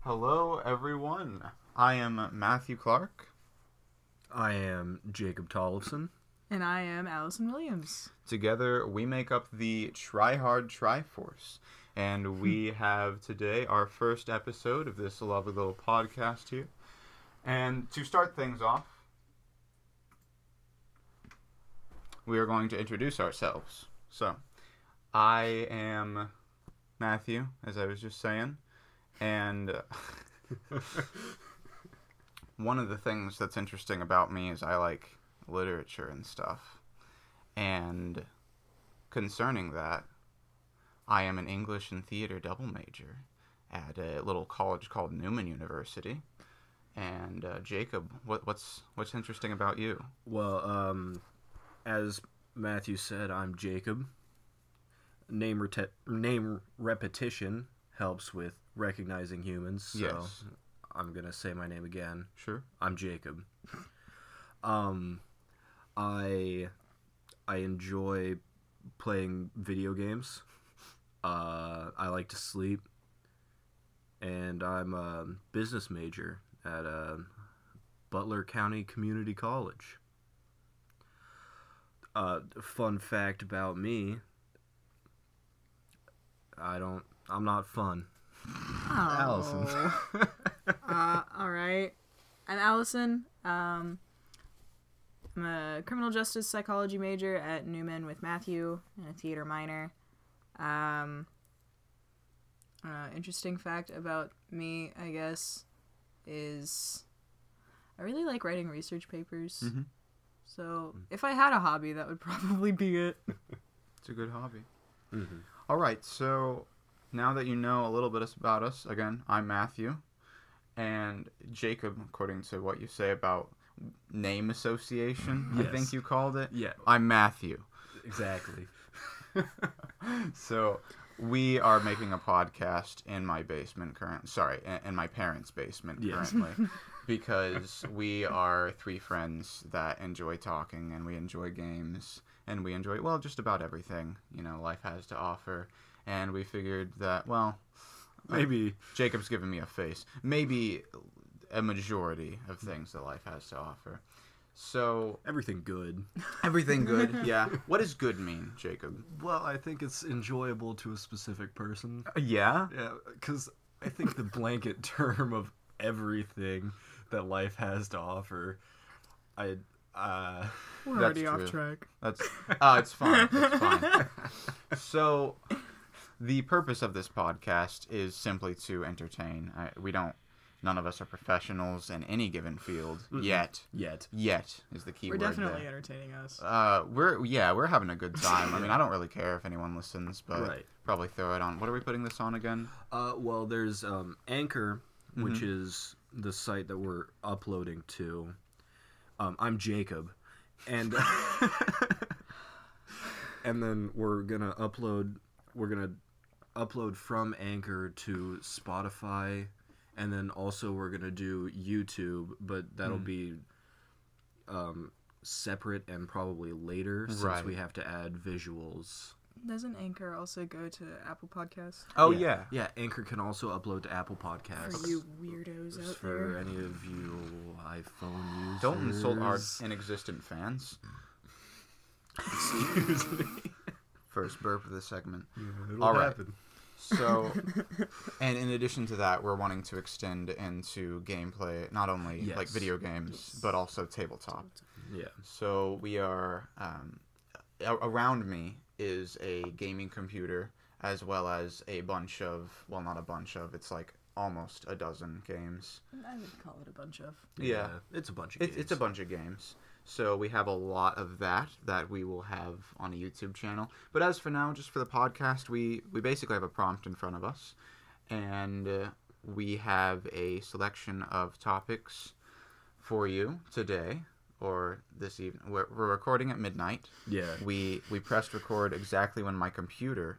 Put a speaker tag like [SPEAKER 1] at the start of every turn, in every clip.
[SPEAKER 1] Hello, everyone. I am Matthew Clark.
[SPEAKER 2] I am Jacob Tollefson.
[SPEAKER 3] And I am Allison Williams.
[SPEAKER 1] Together, we make up the Try Hard Triforce. And we have today our first episode of this lovely little podcast here. And to start things off, we are going to introduce ourselves. So, I am Matthew, as I was just saying. And uh, one of the things that's interesting about me is I like literature and stuff. And concerning that, I am an English and theater double major at a little college called Newman University. And uh, Jacob, what, what's what's interesting about you?
[SPEAKER 2] Well, um, as Matthew said, I'm Jacob. Name, rete- name repetition helps with recognizing humans, so
[SPEAKER 1] Yes.
[SPEAKER 2] I'm going to say my name again.
[SPEAKER 1] Sure.
[SPEAKER 2] I'm Jacob. Um, I I enjoy playing video games. Uh, I like to sleep, and I'm a business major at uh, Butler County Community College. Uh, fun fact about me: I don't. I'm not fun.
[SPEAKER 3] Allison. Oh. uh, all right. I'm Allison. Um, I'm a criminal justice psychology major at Newman with Matthew and a theater minor. Um, uh, interesting fact about me, I guess, is I really like writing research papers.
[SPEAKER 1] Mhm.
[SPEAKER 3] So if I had a hobby, that would probably be it.
[SPEAKER 1] It's a good hobby.
[SPEAKER 2] Mm-hmm.
[SPEAKER 1] All right, so now that you know a little bit about us, again, I'm Matthew, and Jacob, according to what you say about name association, I
[SPEAKER 2] Yes.
[SPEAKER 1] think you called it.
[SPEAKER 2] Yeah,
[SPEAKER 1] I'm Matthew.
[SPEAKER 2] exactly.
[SPEAKER 1] So we are making a podcast in my basement current. Sorry, in- in my parents' basement
[SPEAKER 2] Yes.
[SPEAKER 1] currently, because we are three friends that enjoy talking and we enjoy games and we enjoy well just about everything you know life has to offer. And we figured that well,
[SPEAKER 2] Maybe
[SPEAKER 1] Jacob's giving me a face. Maybe a majority of things that life has to offer. So
[SPEAKER 2] everything good.
[SPEAKER 1] everything good, yeah. What does good mean, Jacob?
[SPEAKER 2] Well, I think it's enjoyable to a specific person.
[SPEAKER 1] Uh, Yeah.
[SPEAKER 2] Yeah, because I think the blanket term of everything that life has to offer, I, uh,
[SPEAKER 3] We're
[SPEAKER 1] That's
[SPEAKER 3] already
[SPEAKER 1] true.
[SPEAKER 3] off track.
[SPEAKER 1] That's uh, it's fine. It's fine. So, the purpose of this podcast is simply to entertain. I, we don't. None of us are professionals in any given field yet.
[SPEAKER 2] yet.
[SPEAKER 1] Yet is the key
[SPEAKER 3] We're
[SPEAKER 1] word.
[SPEAKER 3] definitely
[SPEAKER 1] there.
[SPEAKER 3] entertaining us.
[SPEAKER 1] Uh, we're yeah, we're having a good time. I mean, I don't really care if anyone listens, but
[SPEAKER 2] Right.
[SPEAKER 1] probably throw it on. What are we putting this on again?
[SPEAKER 2] Uh, well, there's um, Anchor, which
[SPEAKER 1] Mm-hmm.
[SPEAKER 2] is the site that we're uploading to. Um, I'm Jacob, and and then we're gonna upload. We're gonna upload from Anchor to Spotify, and then also we're gonna do YouTube, but that'll
[SPEAKER 1] Mm.
[SPEAKER 2] be um, separate and probably later since
[SPEAKER 1] Right.
[SPEAKER 2] we have to add visuals.
[SPEAKER 3] Doesn't Anchor also go to Apple Podcasts?
[SPEAKER 1] Oh
[SPEAKER 2] yeah. Anchor can also upload to Apple Podcasts.
[SPEAKER 3] For you weirdos out
[SPEAKER 2] Uh, for
[SPEAKER 3] there.
[SPEAKER 2] any of you iPhone users.
[SPEAKER 1] Don't insult our inexistent fans.
[SPEAKER 2] Excuse me.
[SPEAKER 1] First burp of the segment. All right. happen. So, and in addition to that, we're wanting to extend into gameplay, not only like
[SPEAKER 2] Yes.
[SPEAKER 1] video games, but also tabletop.
[SPEAKER 2] Yeah.
[SPEAKER 1] So we are um, a- around me is a gaming computer as well as a bunch of well, not a bunch of, it's like almost a dozen games.
[SPEAKER 3] I would call it a bunch of.
[SPEAKER 1] Yeah.
[SPEAKER 2] It's a bunch of
[SPEAKER 1] It's, it's a bunch of games. So we have a lot of that that we will have on a YouTube channel. But as for now, just for the podcast, we we basically have a prompt in front of us, and uh, we have a selection of topics for you today or this evening. We're, we're recording at midnight.
[SPEAKER 2] Yeah.
[SPEAKER 1] We we pressed record exactly when my computer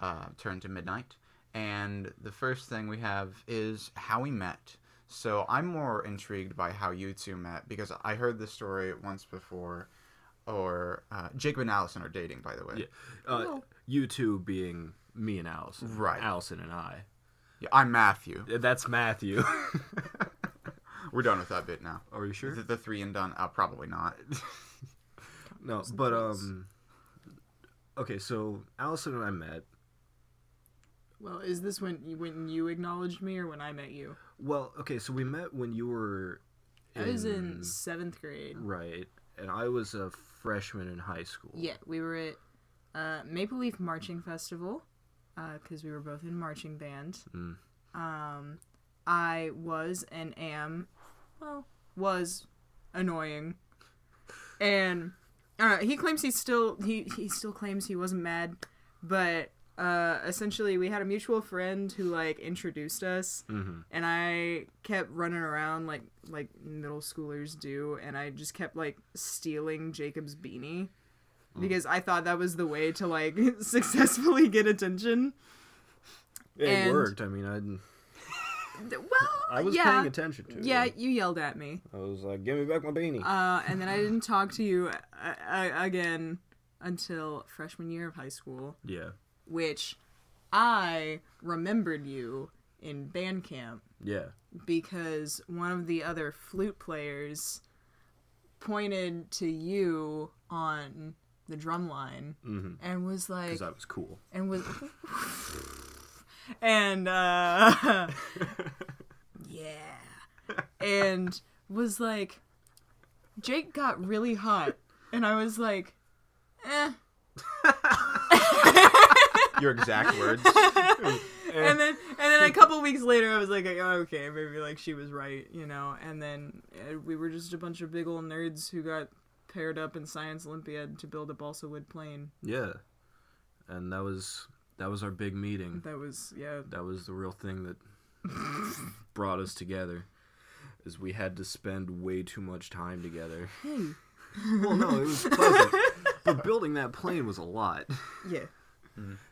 [SPEAKER 1] uh, turned to midnight. And the first thing we have is how we met. So I'm more intrigued by how you two met because I heard this story once before. Or uh, Jacob and Allison are dating, by the way.
[SPEAKER 2] Yeah. Uh,
[SPEAKER 3] Well-
[SPEAKER 2] you two being me and Allison.
[SPEAKER 1] Right.
[SPEAKER 2] Allison and I.
[SPEAKER 1] Yeah, I'm Matthew.
[SPEAKER 2] That's Matthew.
[SPEAKER 1] We're done with that bit now.
[SPEAKER 2] Are you
[SPEAKER 1] The, the three and done? Uh, probably not.
[SPEAKER 2] No, but um. Okay, so Allison and I met.
[SPEAKER 3] Well, is this when you, when you acknowledged me or when I met you?
[SPEAKER 2] Well, okay, so we met when you were.
[SPEAKER 3] I was in seventh grade.
[SPEAKER 2] Right, and I was a freshman in high school.
[SPEAKER 3] Yeah, we were at uh, Maple Leaf Marching Festival because we were both in marching band.
[SPEAKER 2] Mm.
[SPEAKER 3] Um, I was and am, well, was annoying, and uh, he claims he still he he still claims he wasn't mad, but uh, essentially we had a mutual friend who like introduced us,
[SPEAKER 2] Mhm.
[SPEAKER 3] and I kept running around like like middle schoolers do, and I just kept like stealing Jacob's beanie because I thought that was the way to like successfully get attention.
[SPEAKER 2] It
[SPEAKER 3] And-
[SPEAKER 2] worked. I mean, I
[SPEAKER 3] Well,
[SPEAKER 2] I was
[SPEAKER 3] yeah,
[SPEAKER 2] paying attention to.
[SPEAKER 3] yeah,
[SPEAKER 2] it.
[SPEAKER 3] you yelled at me,
[SPEAKER 2] I was like, "Give me back my beanie."
[SPEAKER 3] uh, and then I didn't talk to you uh, uh, again until freshman year of high school,
[SPEAKER 2] yeah.
[SPEAKER 3] which I remembered you in band camp
[SPEAKER 2] Yeah.
[SPEAKER 3] because one of the other flute players pointed to you on the drum line
[SPEAKER 2] Mm-hmm.
[SPEAKER 3] and was like,
[SPEAKER 2] Because I was cool.
[SPEAKER 3] and was and uh yeah and was like jake got really hot and i was like eh.
[SPEAKER 1] Your exact words.
[SPEAKER 3] and then and then a couple weeks later i was like oh, okay maybe like she was right you know and then uh, we were just a bunch of big old nerds who got paired up in science olympiad to build a balsa wood plane
[SPEAKER 2] Yeah. And that was that was our big meeting.
[SPEAKER 3] that was yeah
[SPEAKER 2] That was the real thing that brought us together. Is we had to spend way too much time together. well, no, it was pleasant. but building that plane was a lot.
[SPEAKER 3] yeah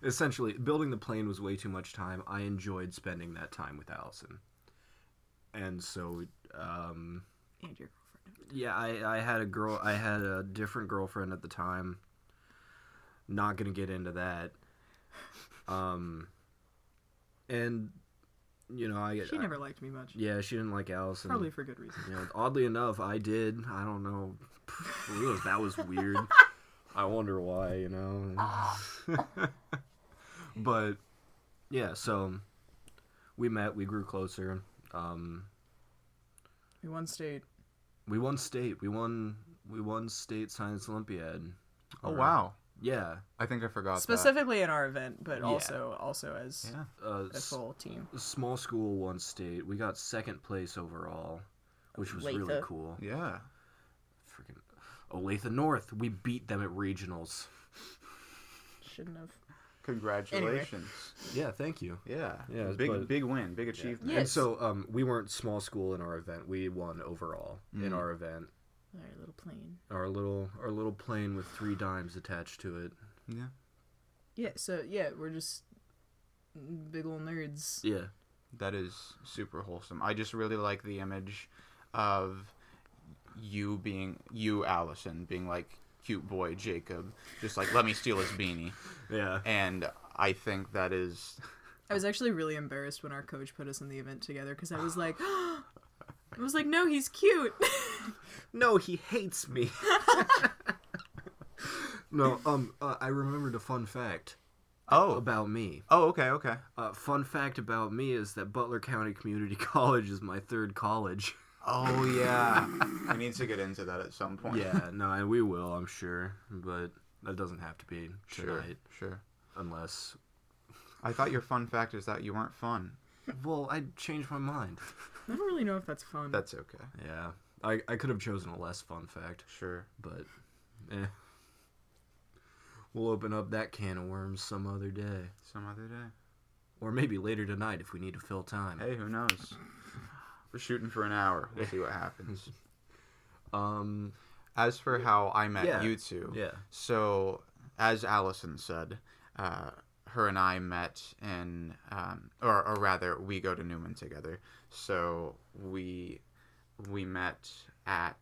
[SPEAKER 2] Essentially, building the plane was way too much time. I enjoyed spending that time with Allison. And so um
[SPEAKER 3] and your girlfriend
[SPEAKER 2] yeah, I, I had a girl. I had a different girlfriend at the time. Not gonna get into that. Um, and you know, I
[SPEAKER 3] she
[SPEAKER 2] I-
[SPEAKER 3] never liked me much
[SPEAKER 2] yeah, she didn't like Allison.
[SPEAKER 3] probably for good reason
[SPEAKER 2] You know, oddly enough, I did. I don't know. Ugh, that was weird. I wonder why, you know. but yeah, so we met. We grew closer. Um,
[SPEAKER 3] We won state.
[SPEAKER 2] We won state. We won. We won state science olympiad.
[SPEAKER 1] oh
[SPEAKER 2] Or-
[SPEAKER 1] wow!
[SPEAKER 2] Yeah.
[SPEAKER 1] I think I forgot that.
[SPEAKER 3] Specifically in our event, but
[SPEAKER 2] Yeah.
[SPEAKER 3] also also as
[SPEAKER 1] Yeah.
[SPEAKER 2] Uh,
[SPEAKER 3] a
[SPEAKER 2] s-
[SPEAKER 3] full team.
[SPEAKER 2] small school won state. We got second place overall, which was really
[SPEAKER 3] Olathe.
[SPEAKER 2] cool.
[SPEAKER 1] Yeah.
[SPEAKER 2] Freaking Olathe North. We beat them at regionals.
[SPEAKER 3] Shouldn't have.
[SPEAKER 1] Congratulations.
[SPEAKER 2] Yeah. Thank you.
[SPEAKER 1] Yeah.
[SPEAKER 2] Yeah,
[SPEAKER 1] Big
[SPEAKER 2] but-
[SPEAKER 1] big win. Big achievement.
[SPEAKER 3] Yeah.
[SPEAKER 2] And
[SPEAKER 3] Yes.
[SPEAKER 2] so um, we weren't small school in our event. We won overall in
[SPEAKER 1] Mhm.
[SPEAKER 2] our event.
[SPEAKER 3] Our little plane.
[SPEAKER 2] Our little our little plane with three dimes attached to it.
[SPEAKER 1] Yeah.
[SPEAKER 3] Yeah. So yeah, we're just big old nerds.
[SPEAKER 2] Yeah.
[SPEAKER 1] That is super wholesome. I just really like the image of you being you, Allison, being like cute boy Jacob, just like let me steal his beanie.
[SPEAKER 2] Yeah.
[SPEAKER 1] And I think that is
[SPEAKER 3] I was actually really embarrassed when our coach put us in the event together because I was like, I was like, no, he's cute.
[SPEAKER 2] No, he hates me. no, um, uh, I remembered a fun fact
[SPEAKER 1] oh
[SPEAKER 2] about me.
[SPEAKER 1] oh okay okay
[SPEAKER 2] Uh, fun fact about me is that Butler County Community College is my third college.
[SPEAKER 1] oh yeah. I need to get into that at some point.
[SPEAKER 2] yeah, no, and we will, I'm sure, but that doesn't have to be
[SPEAKER 1] sure
[SPEAKER 2] tonight,
[SPEAKER 1] sure.
[SPEAKER 2] unless.
[SPEAKER 1] I thought your fun fact is that you weren't fun.
[SPEAKER 2] Well, I changed my mind.
[SPEAKER 3] I don't really know if that's fun.
[SPEAKER 1] That's okay.
[SPEAKER 2] Yeah, I I could have chosen a less fun fact,
[SPEAKER 1] Sure.
[SPEAKER 2] but, eh. We'll open up that can of worms some other day,
[SPEAKER 1] Some other day.
[SPEAKER 2] or maybe later tonight if we need to fill time.
[SPEAKER 1] Hey, who knows? We're shooting for an hour. We'll see what happens.
[SPEAKER 2] Um,
[SPEAKER 1] As for how I met
[SPEAKER 2] Yeah.
[SPEAKER 1] you two,
[SPEAKER 2] yeah.
[SPEAKER 1] So, as Allison said, uh, her and I met in, um, or, or rather, we go to Newman together. So we we met at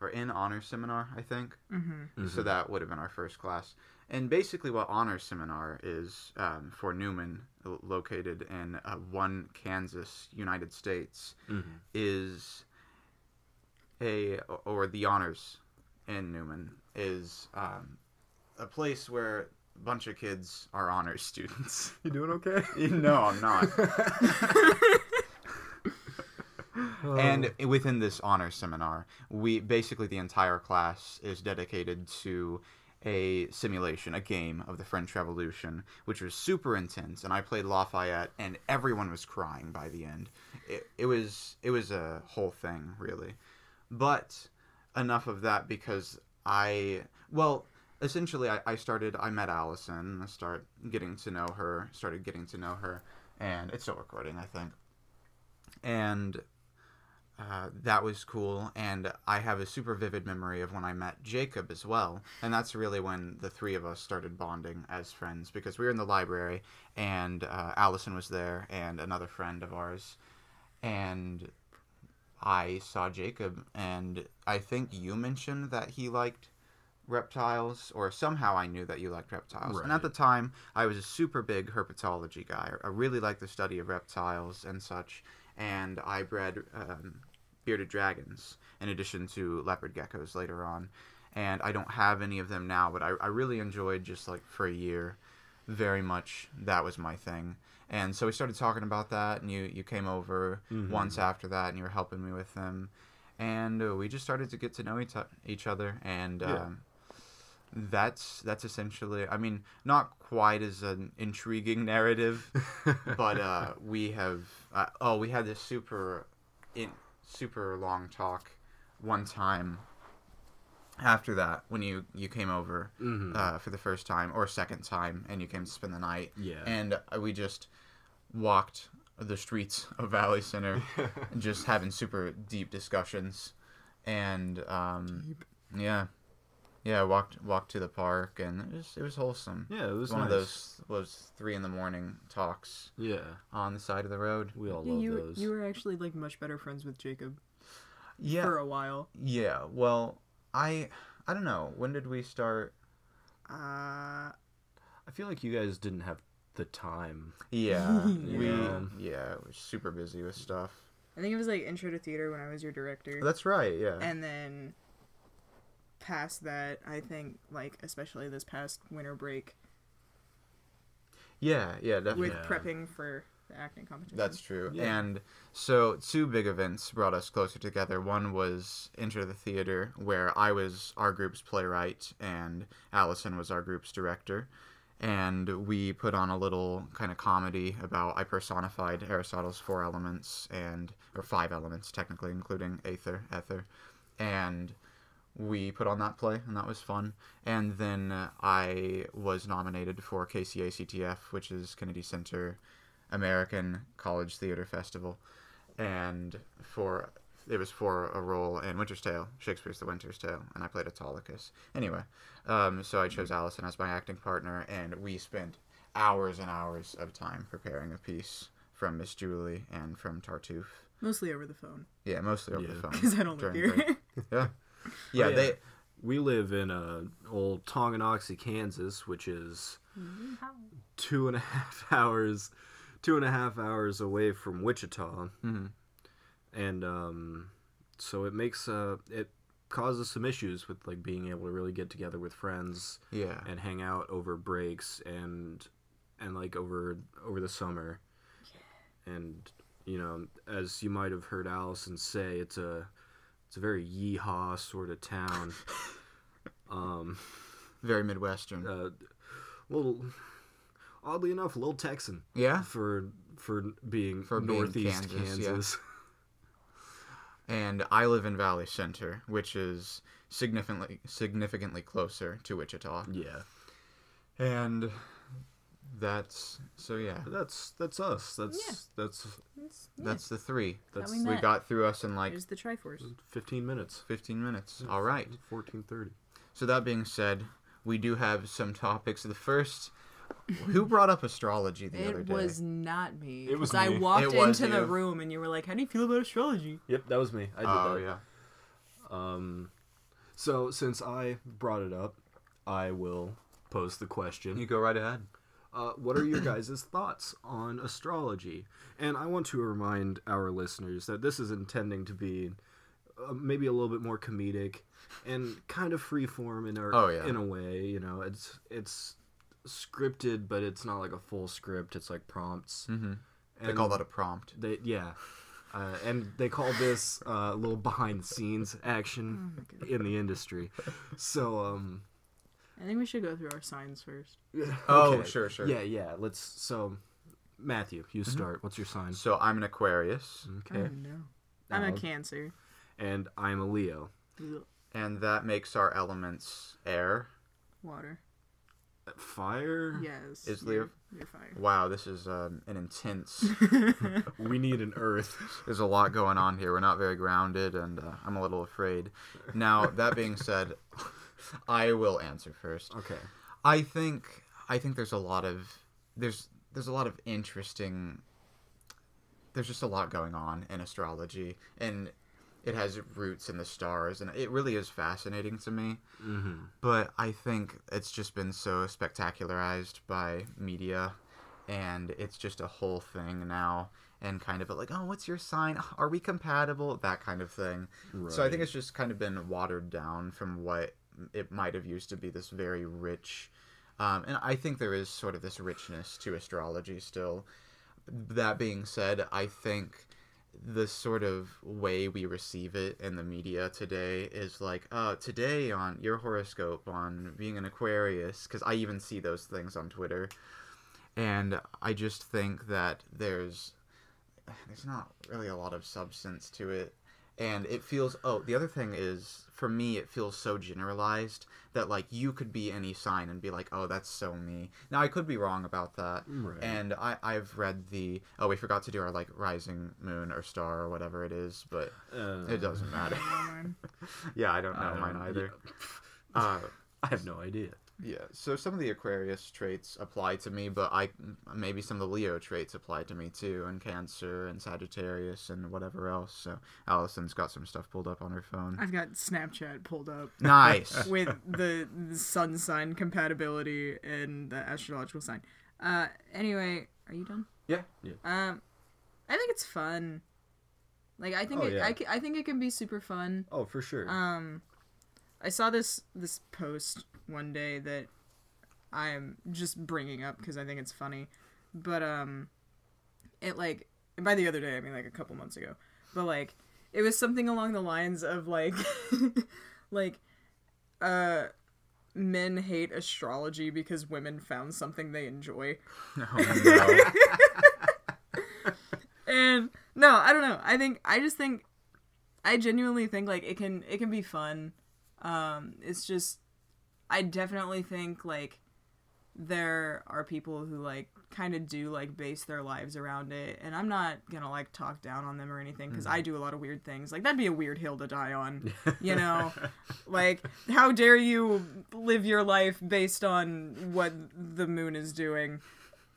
[SPEAKER 1] or in honor seminar, I think.
[SPEAKER 3] Mm-hmm.
[SPEAKER 1] So that would have been our first class. And basically, what honor seminar is um, for Newman, lo- located in uh, one Kansas, United States,
[SPEAKER 2] Mhm.
[SPEAKER 1] is a or the honors in Newman is um, a place where a bunch of kids are honors students.
[SPEAKER 2] You doing okay?
[SPEAKER 1] no, I'm not. And within this honor seminar, we basically the entire class is dedicated to a simulation, a game of the French Revolution, which was super intense. And I played Lafayette, and everyone was crying by the end. It, it was it was a whole thing, really. But enough of that because I well. Essentially, I, I started. I met Allison. I start getting to know her. Started getting to know her, and it's still recording, I think. And uh, that was cool. And I have a super vivid memory of when I met Jacob as well. And that's really when the three of us started bonding as friends because we were in the library and uh, Allison was there and another friend of ours. And I saw Jacob, and I think you mentioned that he liked reptiles, or somehow I knew that you liked reptiles. And at
[SPEAKER 2] Right.
[SPEAKER 1] the time, I was a super big herpetology guy. I really liked the study of reptiles and such, and I bred um, bearded dragons in addition to leopard geckos later on. And I don't have any of them now, but I, I really enjoyed just like for a year very much that was my thing. And so we started talking about that, and you, you came over once after that, and you were helping me with them. And uh, we just started to get to know each, each other, and
[SPEAKER 2] Yeah.
[SPEAKER 1] um, that's that's essentially. I mean, not quite as an intriguing narrative, but uh, we have. Uh, oh, we had this super, in, super long talk one time. After that, when you you came over,
[SPEAKER 2] Mhm.
[SPEAKER 1] uh, for the first time or second time, and you came to spend the night.
[SPEAKER 2] Yeah.
[SPEAKER 1] And uh, we just walked the streets of Valley Center, just having super deep discussions, and um, yeah, yeah, walked walked to the park, and it was it was wholesome.
[SPEAKER 2] yeah, it was
[SPEAKER 1] One
[SPEAKER 2] nice.
[SPEAKER 1] of those was three in the morning talks
[SPEAKER 2] Yeah,
[SPEAKER 1] on the side of the road.
[SPEAKER 2] we all
[SPEAKER 3] Yeah,
[SPEAKER 2] love
[SPEAKER 3] you
[SPEAKER 2] those.
[SPEAKER 3] you were actually like much better friends with Jacob
[SPEAKER 1] Yeah,
[SPEAKER 3] for a while.
[SPEAKER 1] yeah. Well, I I don't know. When did we start?
[SPEAKER 3] Uh,
[SPEAKER 2] I feel like you guys didn't have the time.
[SPEAKER 1] Yeah, we
[SPEAKER 2] Yeah.
[SPEAKER 1] yeah we're super busy with stuff.
[SPEAKER 3] I think it was like intro to theater when I was your director,
[SPEAKER 1] That's right. Yeah.
[SPEAKER 3] and then past that, I think like especially this past winter break
[SPEAKER 1] Yeah, yeah, definitely.
[SPEAKER 3] with
[SPEAKER 2] Yeah.
[SPEAKER 3] prepping for the acting competition.
[SPEAKER 1] That's true.
[SPEAKER 2] Yeah.
[SPEAKER 1] And so two big events brought us closer together. One was Enter the Theater, where I was our group's playwright and Allison was our group's director. And we put on a little kind of comedy about I personified Aristotle's four elements and or five elements technically, including aether, ether, and we put on that play, and that was fun. And then uh, I was nominated for KCACTF, which is Kennedy Center American College Theater Festival, and for it was for a role in Winter's Tale, Shakespeare's The Winter's Tale, and I played Autolycus. Anyway, um, so I chose Allison as my acting partner, and we spent hours and hours of time preparing a piece from Miss Julie and from Tartuffe.
[SPEAKER 3] mostly over the phone
[SPEAKER 1] Yeah, mostly over the
[SPEAKER 2] Yeah.
[SPEAKER 1] phone.
[SPEAKER 3] because I don't live
[SPEAKER 1] during
[SPEAKER 3] here. Oh,
[SPEAKER 1] break. Yeah. Yeah,
[SPEAKER 2] yeah.
[SPEAKER 1] they
[SPEAKER 2] We live in uh, old Tonganoxie, Kansas, which is
[SPEAKER 3] Mm-hmm.
[SPEAKER 2] two and a half hours, two and a half hours away from Wichita,
[SPEAKER 3] Mm-hmm.
[SPEAKER 1] Mhm.
[SPEAKER 2] and um, so it makes uh, it causes some issues with like being able to really get together with friends
[SPEAKER 1] yeah.
[SPEAKER 2] and hang out over breaks and and like over over the summer and you know as you might have heard allison say it's a it's a very yeehaw sort of town um
[SPEAKER 1] Very Midwestern.
[SPEAKER 2] uh little oddly enough little texan
[SPEAKER 1] yeah.
[SPEAKER 2] for for being
[SPEAKER 1] For being
[SPEAKER 2] northeast
[SPEAKER 1] Kansas,
[SPEAKER 2] kansas,
[SPEAKER 1] yeah. and I live in Valley Center, which is significantly significantly closer to Wichita.
[SPEAKER 2] yeah.
[SPEAKER 1] And that's so yeah.
[SPEAKER 2] But that's that's us that's that's
[SPEAKER 3] That's,
[SPEAKER 1] That's the three.
[SPEAKER 2] that's
[SPEAKER 3] we
[SPEAKER 1] We
[SPEAKER 3] met.
[SPEAKER 1] got through us in like
[SPEAKER 3] there's the Triforce.
[SPEAKER 2] 15 minutes
[SPEAKER 1] 15 minutes. All right.
[SPEAKER 2] 1430
[SPEAKER 1] So that being said, we do have some topics. The first, who brought up astrology the other
[SPEAKER 3] It
[SPEAKER 1] day?
[SPEAKER 3] was not me.
[SPEAKER 2] It was
[SPEAKER 3] 'cause I
[SPEAKER 2] me.
[SPEAKER 1] It
[SPEAKER 3] walked
[SPEAKER 1] was
[SPEAKER 3] into the
[SPEAKER 1] you.
[SPEAKER 3] room and you were like, "How do you feel about astrology?"
[SPEAKER 2] yep that was me i did
[SPEAKER 1] oh
[SPEAKER 2] that
[SPEAKER 1] yeah.
[SPEAKER 2] Um, So since I brought it up, I will pose the question.
[SPEAKER 1] You go right ahead.
[SPEAKER 2] uh, what are your guys' thoughts on astrology? And I want to remind our listeners that this is intending to be uh, maybe a little bit more comedic and kind of freeform in our
[SPEAKER 1] Oh, yeah.
[SPEAKER 2] in a way. You know, it's it's scripted, but it's not like a full script. It's like prompts.
[SPEAKER 1] Mm-hmm. They
[SPEAKER 2] And
[SPEAKER 1] call that a prompt.
[SPEAKER 2] They, yeah. Uh, and they call this uh, a little behind the scenes action in the industry. So, um,
[SPEAKER 3] I think we should go through our signs first.
[SPEAKER 1] Oh,
[SPEAKER 2] okay.
[SPEAKER 1] sure, Mm-hmm. sure.
[SPEAKER 2] Yeah, yeah. Let's. So, Matthew, you start. What's your sign?
[SPEAKER 1] So I'm an Aquarius,
[SPEAKER 2] Okay.
[SPEAKER 3] no. I'm a
[SPEAKER 2] Um,
[SPEAKER 3] Cancer.
[SPEAKER 2] And I'm a Leo.
[SPEAKER 3] Ugh.
[SPEAKER 1] and that makes our elements air.
[SPEAKER 3] Water.
[SPEAKER 2] Fire.
[SPEAKER 3] Yes.
[SPEAKER 1] Is
[SPEAKER 3] you're-
[SPEAKER 1] Leo-
[SPEAKER 3] You're fire.
[SPEAKER 1] Wow, this is um, an intense.
[SPEAKER 2] We need an Earth.
[SPEAKER 1] There's a lot going on here. We're not very grounded, and uh, I'm a little afraid. Now that being said, I will answer first.
[SPEAKER 2] Okay.
[SPEAKER 1] I think I think there's a lot of there's there's a lot of interesting there's just a lot going on in astrology and it has roots in the stars and it really is fascinating to me
[SPEAKER 2] Mm-hmm.
[SPEAKER 1] but I think it's just been so spectacularized by media, and it's just a whole thing now, and kind of like, oh, what's your sign? Are we compatible? That kind of thing. So I
[SPEAKER 2] Right.
[SPEAKER 1] think it's just kind of been watered down from what it might have used to be this very rich, um, and I think there is sort of this richness to astrology still. That being said, I think the sort of way we receive it in the media today is like uh today on your horoscope on being an aquarius because i even see those things on twitter and i just think that there's there's not really a lot of substance to it and it feels oh the other thing is for me it feels so generalized that like you could be any sign and be like oh that's so me now i could be wrong about that
[SPEAKER 2] Right.
[SPEAKER 1] and I, I've read the oh we forgot to do our like rising moon or star or whatever it is, but
[SPEAKER 2] Uh,
[SPEAKER 1] it doesn't matter.
[SPEAKER 3] Warren.
[SPEAKER 1] yeah, I don't know
[SPEAKER 2] I don't-
[SPEAKER 1] mine either.
[SPEAKER 2] yeah.
[SPEAKER 1] Uh,
[SPEAKER 2] I have no idea.
[SPEAKER 1] yeah, so some of the Aquarius traits apply to me, but I maybe some of the Leo traits apply to me too, and Cancer and Sagittarius and whatever else. So Allison's got some stuff pulled up on her phone.
[SPEAKER 3] I've got Snapchat pulled up
[SPEAKER 1] nice.
[SPEAKER 3] with the, the sun sign compatibility and the astrological sign. Uh, anyway, are you done?
[SPEAKER 1] Yeah.
[SPEAKER 2] Yeah.
[SPEAKER 3] Um, I think it's fun. Like I think
[SPEAKER 2] Oh,
[SPEAKER 3] it,
[SPEAKER 2] yeah.
[SPEAKER 3] I, ca- I think it can be super fun.
[SPEAKER 2] Oh, for sure.
[SPEAKER 3] Um, I saw this this post one day that I'm just bringing up because I think it's funny, but um, it like and by the other day I mean like a couple months ago, but like it was something along the lines of like like uh men hate astrology because women found something they enjoy
[SPEAKER 1] Oh, no.
[SPEAKER 3] and no i don't know i think i just think i genuinely think like it can it can be fun um it's just i definitely think like there are people who like kind of do like base their lives around it and i'm not gonna like talk down on them or anything because i do a lot of weird things like that'd be a weird hill to die on you know like how dare you live your life based on what the moon is doing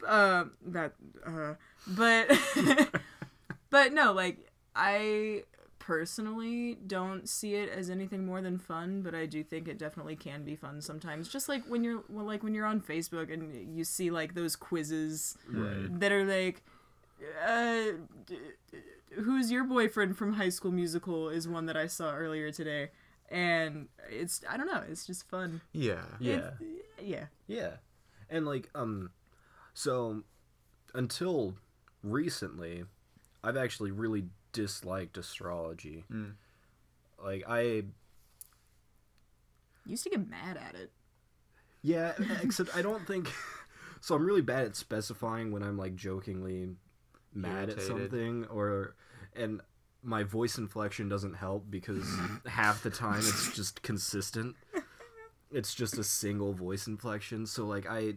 [SPEAKER 3] uh, that uh, but but no like i personally don't see it as anything more than fun but i do think it definitely can be fun sometimes just like when you're well, like when you're on facebook and you see like those quizzes
[SPEAKER 2] right.
[SPEAKER 3] that are like uh, d- d- who's your boyfriend from high school musical is one that i saw earlier today and it's i don't know it's just fun
[SPEAKER 1] yeah.
[SPEAKER 2] Yeah.
[SPEAKER 3] yeah
[SPEAKER 2] Yeah. And like um so until recently I've actually really disliked astrology.
[SPEAKER 1] Mm.
[SPEAKER 2] Like I
[SPEAKER 3] used to get mad at it
[SPEAKER 2] yeah, except I don't think so I'm really bad at specifying when I'm like jokingly mad at
[SPEAKER 1] Irritated.
[SPEAKER 2] something or and my voice inflection doesn't help because half the time it's just consistent. It's just a single voice inflection, so like I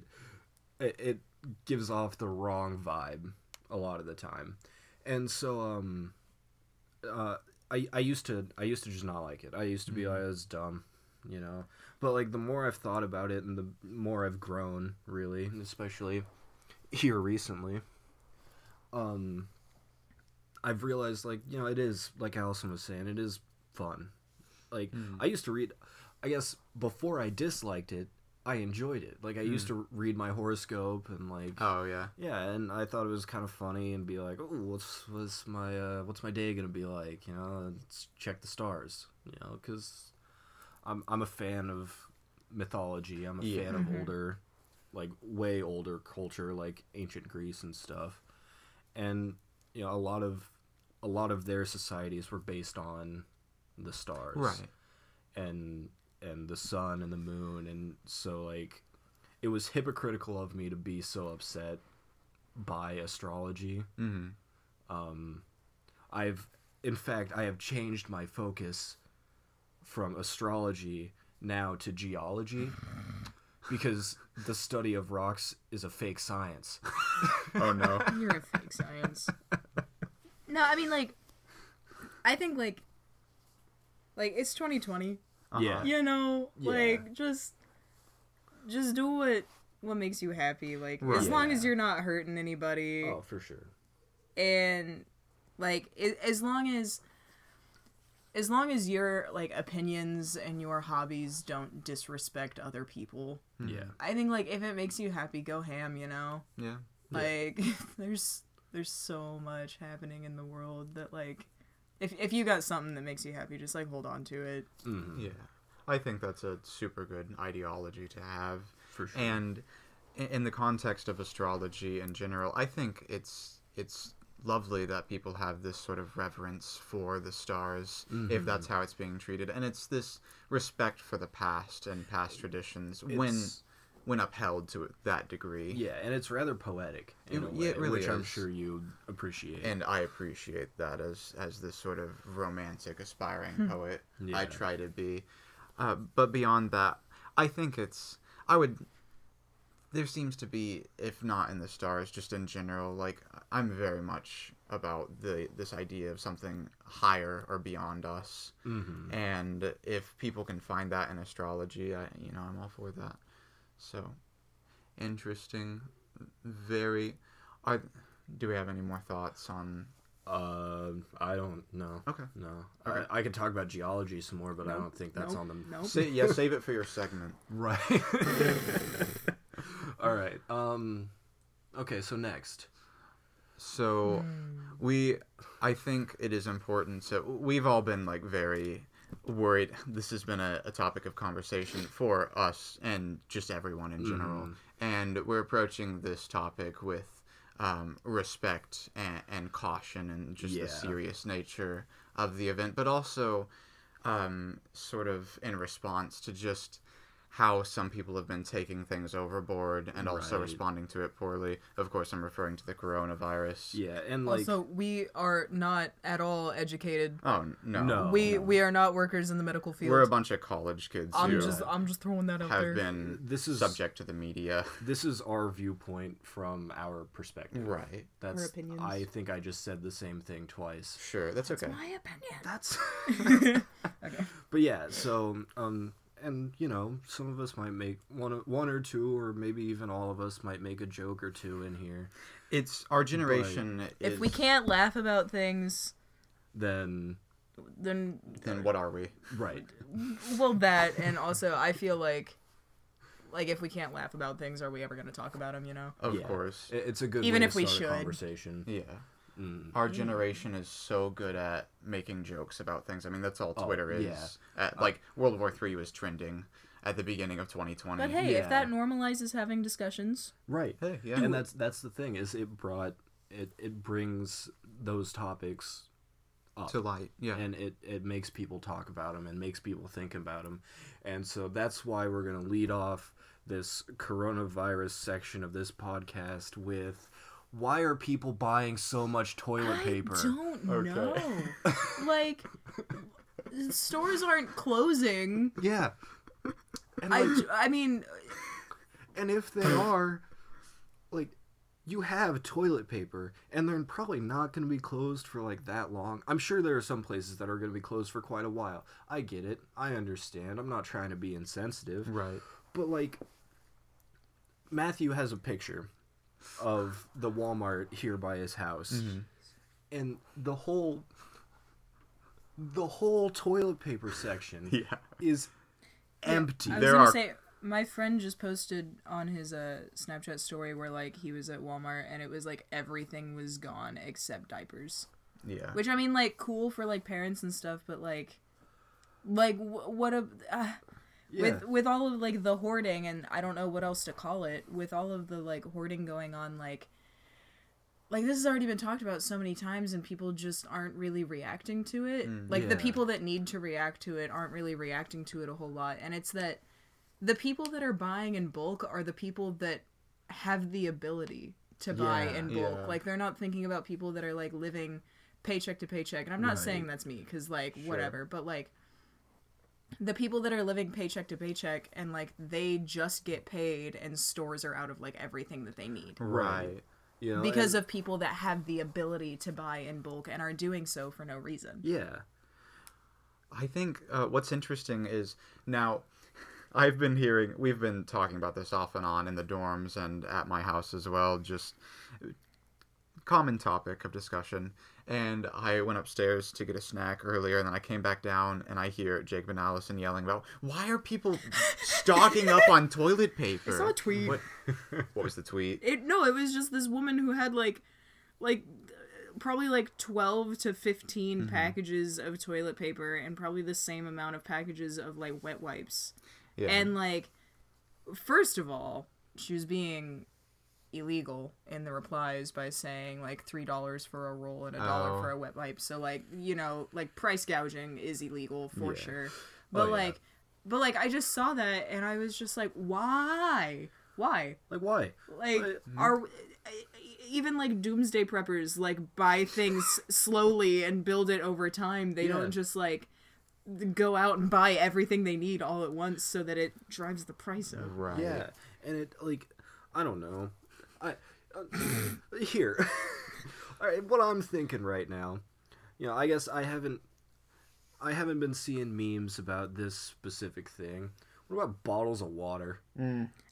[SPEAKER 2] it, it gives off the wrong vibe a lot of the time. And so um uh I I used to I used to just not like it. I used to be like it's dumb, you know. But like the more I've thought about it and the more I've grown really, especially here recently, um I've realized like, you know, it is like Allison was saying, it is fun. Like I used to read I guess before I disliked it, I enjoyed it. Like I used to read my horoscope and like
[SPEAKER 1] Oh yeah.
[SPEAKER 2] yeah, and I thought it was kind of funny and be like, "Oh, what's what's my uh, what's my day gonna be like?" You know, let's check the stars. You know, because I'm I'm a fan of mythology. I'm a
[SPEAKER 1] Yeah.
[SPEAKER 2] fan of older, like way older culture, like ancient Greece and stuff. And you know, a lot of a lot of their societies were based on the stars,
[SPEAKER 1] Right.
[SPEAKER 2] and and the sun and the moon and so like it was hypocritical of me to be so upset by astrology Um,
[SPEAKER 1] Mm-hmm.
[SPEAKER 2] i've in fact i have changed my focus from astrology now to geology because the study of rocks is a fake science
[SPEAKER 1] Oh no.
[SPEAKER 3] You're a fake science. No, I mean like, I think like, like it's 2020.
[SPEAKER 1] Uh-huh.
[SPEAKER 2] Yeah.
[SPEAKER 3] You know,
[SPEAKER 2] Yeah.
[SPEAKER 3] like just, just do what what makes you happy. Like
[SPEAKER 1] Right.
[SPEAKER 3] as long
[SPEAKER 2] Yeah.
[SPEAKER 3] as you're not hurting anybody,
[SPEAKER 2] oh for sure
[SPEAKER 3] and like i- as long as as long as your like opinions and your hobbies don't disrespect other people
[SPEAKER 1] Hmm.
[SPEAKER 2] yeah
[SPEAKER 3] i think like if it makes you happy go ham you know
[SPEAKER 1] Mm. Yeah.
[SPEAKER 3] like there's there's so much happening in the world that like if if you got something that makes you happy just like hold on to it
[SPEAKER 2] Mhm.
[SPEAKER 1] Yeah. I think that's a super good ideology to have.
[SPEAKER 2] for sure
[SPEAKER 1] And i- in the context of astrology in general, I think it's it's lovely that people have this sort of reverence for the stars
[SPEAKER 2] Mm-hmm.
[SPEAKER 1] if that's how it's being treated. And it's this respect for the past and past traditions when
[SPEAKER 2] It's-
[SPEAKER 1] when upheld to that degree.
[SPEAKER 2] yeah and it's rather poetic in
[SPEAKER 1] It-
[SPEAKER 2] a
[SPEAKER 1] yeah, it
[SPEAKER 2] way,
[SPEAKER 1] really
[SPEAKER 2] which i'm
[SPEAKER 1] is.
[SPEAKER 2] sure you appreciate
[SPEAKER 1] and I appreciate that as as this sort of romantic aspiring poet I
[SPEAKER 2] Yeah.
[SPEAKER 1] try to be. Uh, but beyond that, I think it's I would. There seems to be, if not in the stars, just in general, like I'm very much about the this idea of something higher or beyond us,
[SPEAKER 2] Mhm.
[SPEAKER 1] and if people can find that in astrology, I you know I'm all for that. So interesting, very. Are, do we have any more thoughts on?
[SPEAKER 2] Um, I don't know.
[SPEAKER 1] Okay.
[SPEAKER 2] No, I, I could talk about geology some more, but I
[SPEAKER 3] Nope.
[SPEAKER 2] don't think that's
[SPEAKER 3] Nope.
[SPEAKER 2] on them.
[SPEAKER 3] nope.
[SPEAKER 1] Say, yeah, save it for your segment.
[SPEAKER 2] Right. All right. Um. Okay. So next.
[SPEAKER 1] So
[SPEAKER 2] Hmm.
[SPEAKER 1] we, I think it is important. So we've all been like very worried. This has been a, a topic of conversation for us and just everyone in general.
[SPEAKER 2] Mm-hmm.
[SPEAKER 1] And we're approaching this topic with um, respect and, and caution and just
[SPEAKER 2] Yeah.
[SPEAKER 1] the serious nature of the event, but also um, sort of in response to just how some people have been taking things overboard and also
[SPEAKER 2] Right.
[SPEAKER 1] responding to it poorly. Of course, I'm referring to the coronavirus.
[SPEAKER 2] Yeah, and like.
[SPEAKER 3] also we are not at all educated
[SPEAKER 1] Oh n- no,
[SPEAKER 2] No.
[SPEAKER 3] we we are not workers in the medical field
[SPEAKER 1] we're a bunch of college kids
[SPEAKER 3] i'm
[SPEAKER 1] who
[SPEAKER 3] just i'm just throwing that out
[SPEAKER 1] have
[SPEAKER 3] there
[SPEAKER 1] been
[SPEAKER 2] This is-
[SPEAKER 1] subject to the media.
[SPEAKER 2] this is our viewpoint from our perspective.
[SPEAKER 1] Right.
[SPEAKER 2] That's
[SPEAKER 3] Our opinions.
[SPEAKER 2] I think I just said the same thing twice.
[SPEAKER 1] Sure, that's okay.
[SPEAKER 3] my opinion
[SPEAKER 2] That's But yeah, so um and you know, some of us might make one one or two or maybe even all of us might make a joke or two in here.
[SPEAKER 1] It's our generation.
[SPEAKER 3] if
[SPEAKER 1] is-
[SPEAKER 3] we can't laugh about things
[SPEAKER 2] Then
[SPEAKER 3] then
[SPEAKER 1] then what are we?
[SPEAKER 2] right.
[SPEAKER 3] well that and also i feel like like if we can't laugh about things are we ever going to talk about them you know
[SPEAKER 1] Of
[SPEAKER 2] Yeah.
[SPEAKER 1] course.
[SPEAKER 2] It- It's a good
[SPEAKER 3] Even
[SPEAKER 2] way
[SPEAKER 3] if
[SPEAKER 2] to
[SPEAKER 3] we
[SPEAKER 2] start a
[SPEAKER 3] should.
[SPEAKER 2] conversation.
[SPEAKER 1] Yeah. Our generation is so good at making jokes about things. I mean, that's all Twitter is.
[SPEAKER 2] yeah.
[SPEAKER 1] At, like World War Three was trending at the beginning of 2020.
[SPEAKER 3] but hey if
[SPEAKER 2] Yeah.
[SPEAKER 3] that normalizes having discussions
[SPEAKER 2] Right.
[SPEAKER 1] Hey, yeah.
[SPEAKER 2] And that's that's the thing is it brought it it brings those topics
[SPEAKER 1] to light. Yeah.
[SPEAKER 2] and it it makes people talk about them and makes people think about them. And so that's why we're going to lead off this coronavirus section of this podcast with why are people buying so much toilet paper?
[SPEAKER 3] I don't know. like stores aren't closing.
[SPEAKER 2] Yeah. And
[SPEAKER 3] I,
[SPEAKER 2] like,
[SPEAKER 3] j- I mean,
[SPEAKER 2] and if they are like you have toilet paper and they're probably not going to be closed for like that long i'm sure there are some places that are going to be closed for quite a while i get it i understand i'm not trying to be insensitive
[SPEAKER 1] right.
[SPEAKER 2] But like Matthew has a picture of the Walmart here by his house. And the whole the whole toilet paper section
[SPEAKER 1] Yeah.
[SPEAKER 2] is empty.
[SPEAKER 3] I was
[SPEAKER 1] There
[SPEAKER 3] gonna
[SPEAKER 1] are-
[SPEAKER 3] say my friend just posted on his uh, Snapchat story where like he was at Walmart and it was like everything was gone except diapers.
[SPEAKER 1] Yeah.
[SPEAKER 3] Which I mean, like cool for like parents and stuff, but like, like wh- what a uh,
[SPEAKER 2] yeah.
[SPEAKER 3] with with all of like the hoarding and I don't know what else to call it. With all of the like hoarding going on, like. Like this has already been talked about so many times, and people just aren't really reacting to it. like the
[SPEAKER 2] Mm, Yeah.
[SPEAKER 3] people that need to react to it aren't really reacting to it a whole lot, and it's that the people that are buying in bulk are the people that have the ability to buy
[SPEAKER 2] Yeah,
[SPEAKER 3] in bulk.
[SPEAKER 1] yeah.
[SPEAKER 3] Like they're not thinking about people that are like living paycheck to paycheck. And I'm not saying that's me cuz like whatever, but like the people that are living paycheck to paycheck and like they just get paid and stores are out of like everything that they need.
[SPEAKER 1] right.
[SPEAKER 2] You know,
[SPEAKER 3] Because
[SPEAKER 2] and-
[SPEAKER 3] of people that have the ability to buy in bulk and are doing so for no reason.
[SPEAKER 2] yeah,
[SPEAKER 1] I think uh, what's interesting is now I've been hearing we've been talking about this off and on in the dorms and at my house as well just uh, common topic of discussion and I went upstairs to get a snack earlier and then I came back down and I hear Jake Van Allison yelling about why are people stocking up on toilet paper
[SPEAKER 2] saw a tweet.
[SPEAKER 1] what, what was the tweet
[SPEAKER 3] It no, it was just this woman who had like like probably like 12 to 15 packages of toilet paper and probably the same amount of packages of like wet wipes.
[SPEAKER 1] yeah
[SPEAKER 3] And like, first of all, she was being illegal in the replies by saying like three dollars for a roll and a dollar
[SPEAKER 1] Oh.
[SPEAKER 3] for a wet wipe. So like, you know, like price gouging is illegal for
[SPEAKER 2] Yeah.
[SPEAKER 3] sure. But
[SPEAKER 2] yeah.
[SPEAKER 3] like, but like, I just saw that and I was just like, why? Why?
[SPEAKER 2] like why?
[SPEAKER 3] Like,
[SPEAKER 2] Uh,
[SPEAKER 3] are e-, even like doomsday preppers like buy things slowly and build it over time? They
[SPEAKER 2] Yeah.
[SPEAKER 3] don't just like go out and buy everything they need all at once so that it drives the price up.
[SPEAKER 1] right
[SPEAKER 2] Uh, Yeah, and it like I don't know. I uh, here. All right, what I'm thinking right now, you know, I guess I haven't I haven't been seeing memes about this specific thing. What about bottles of water?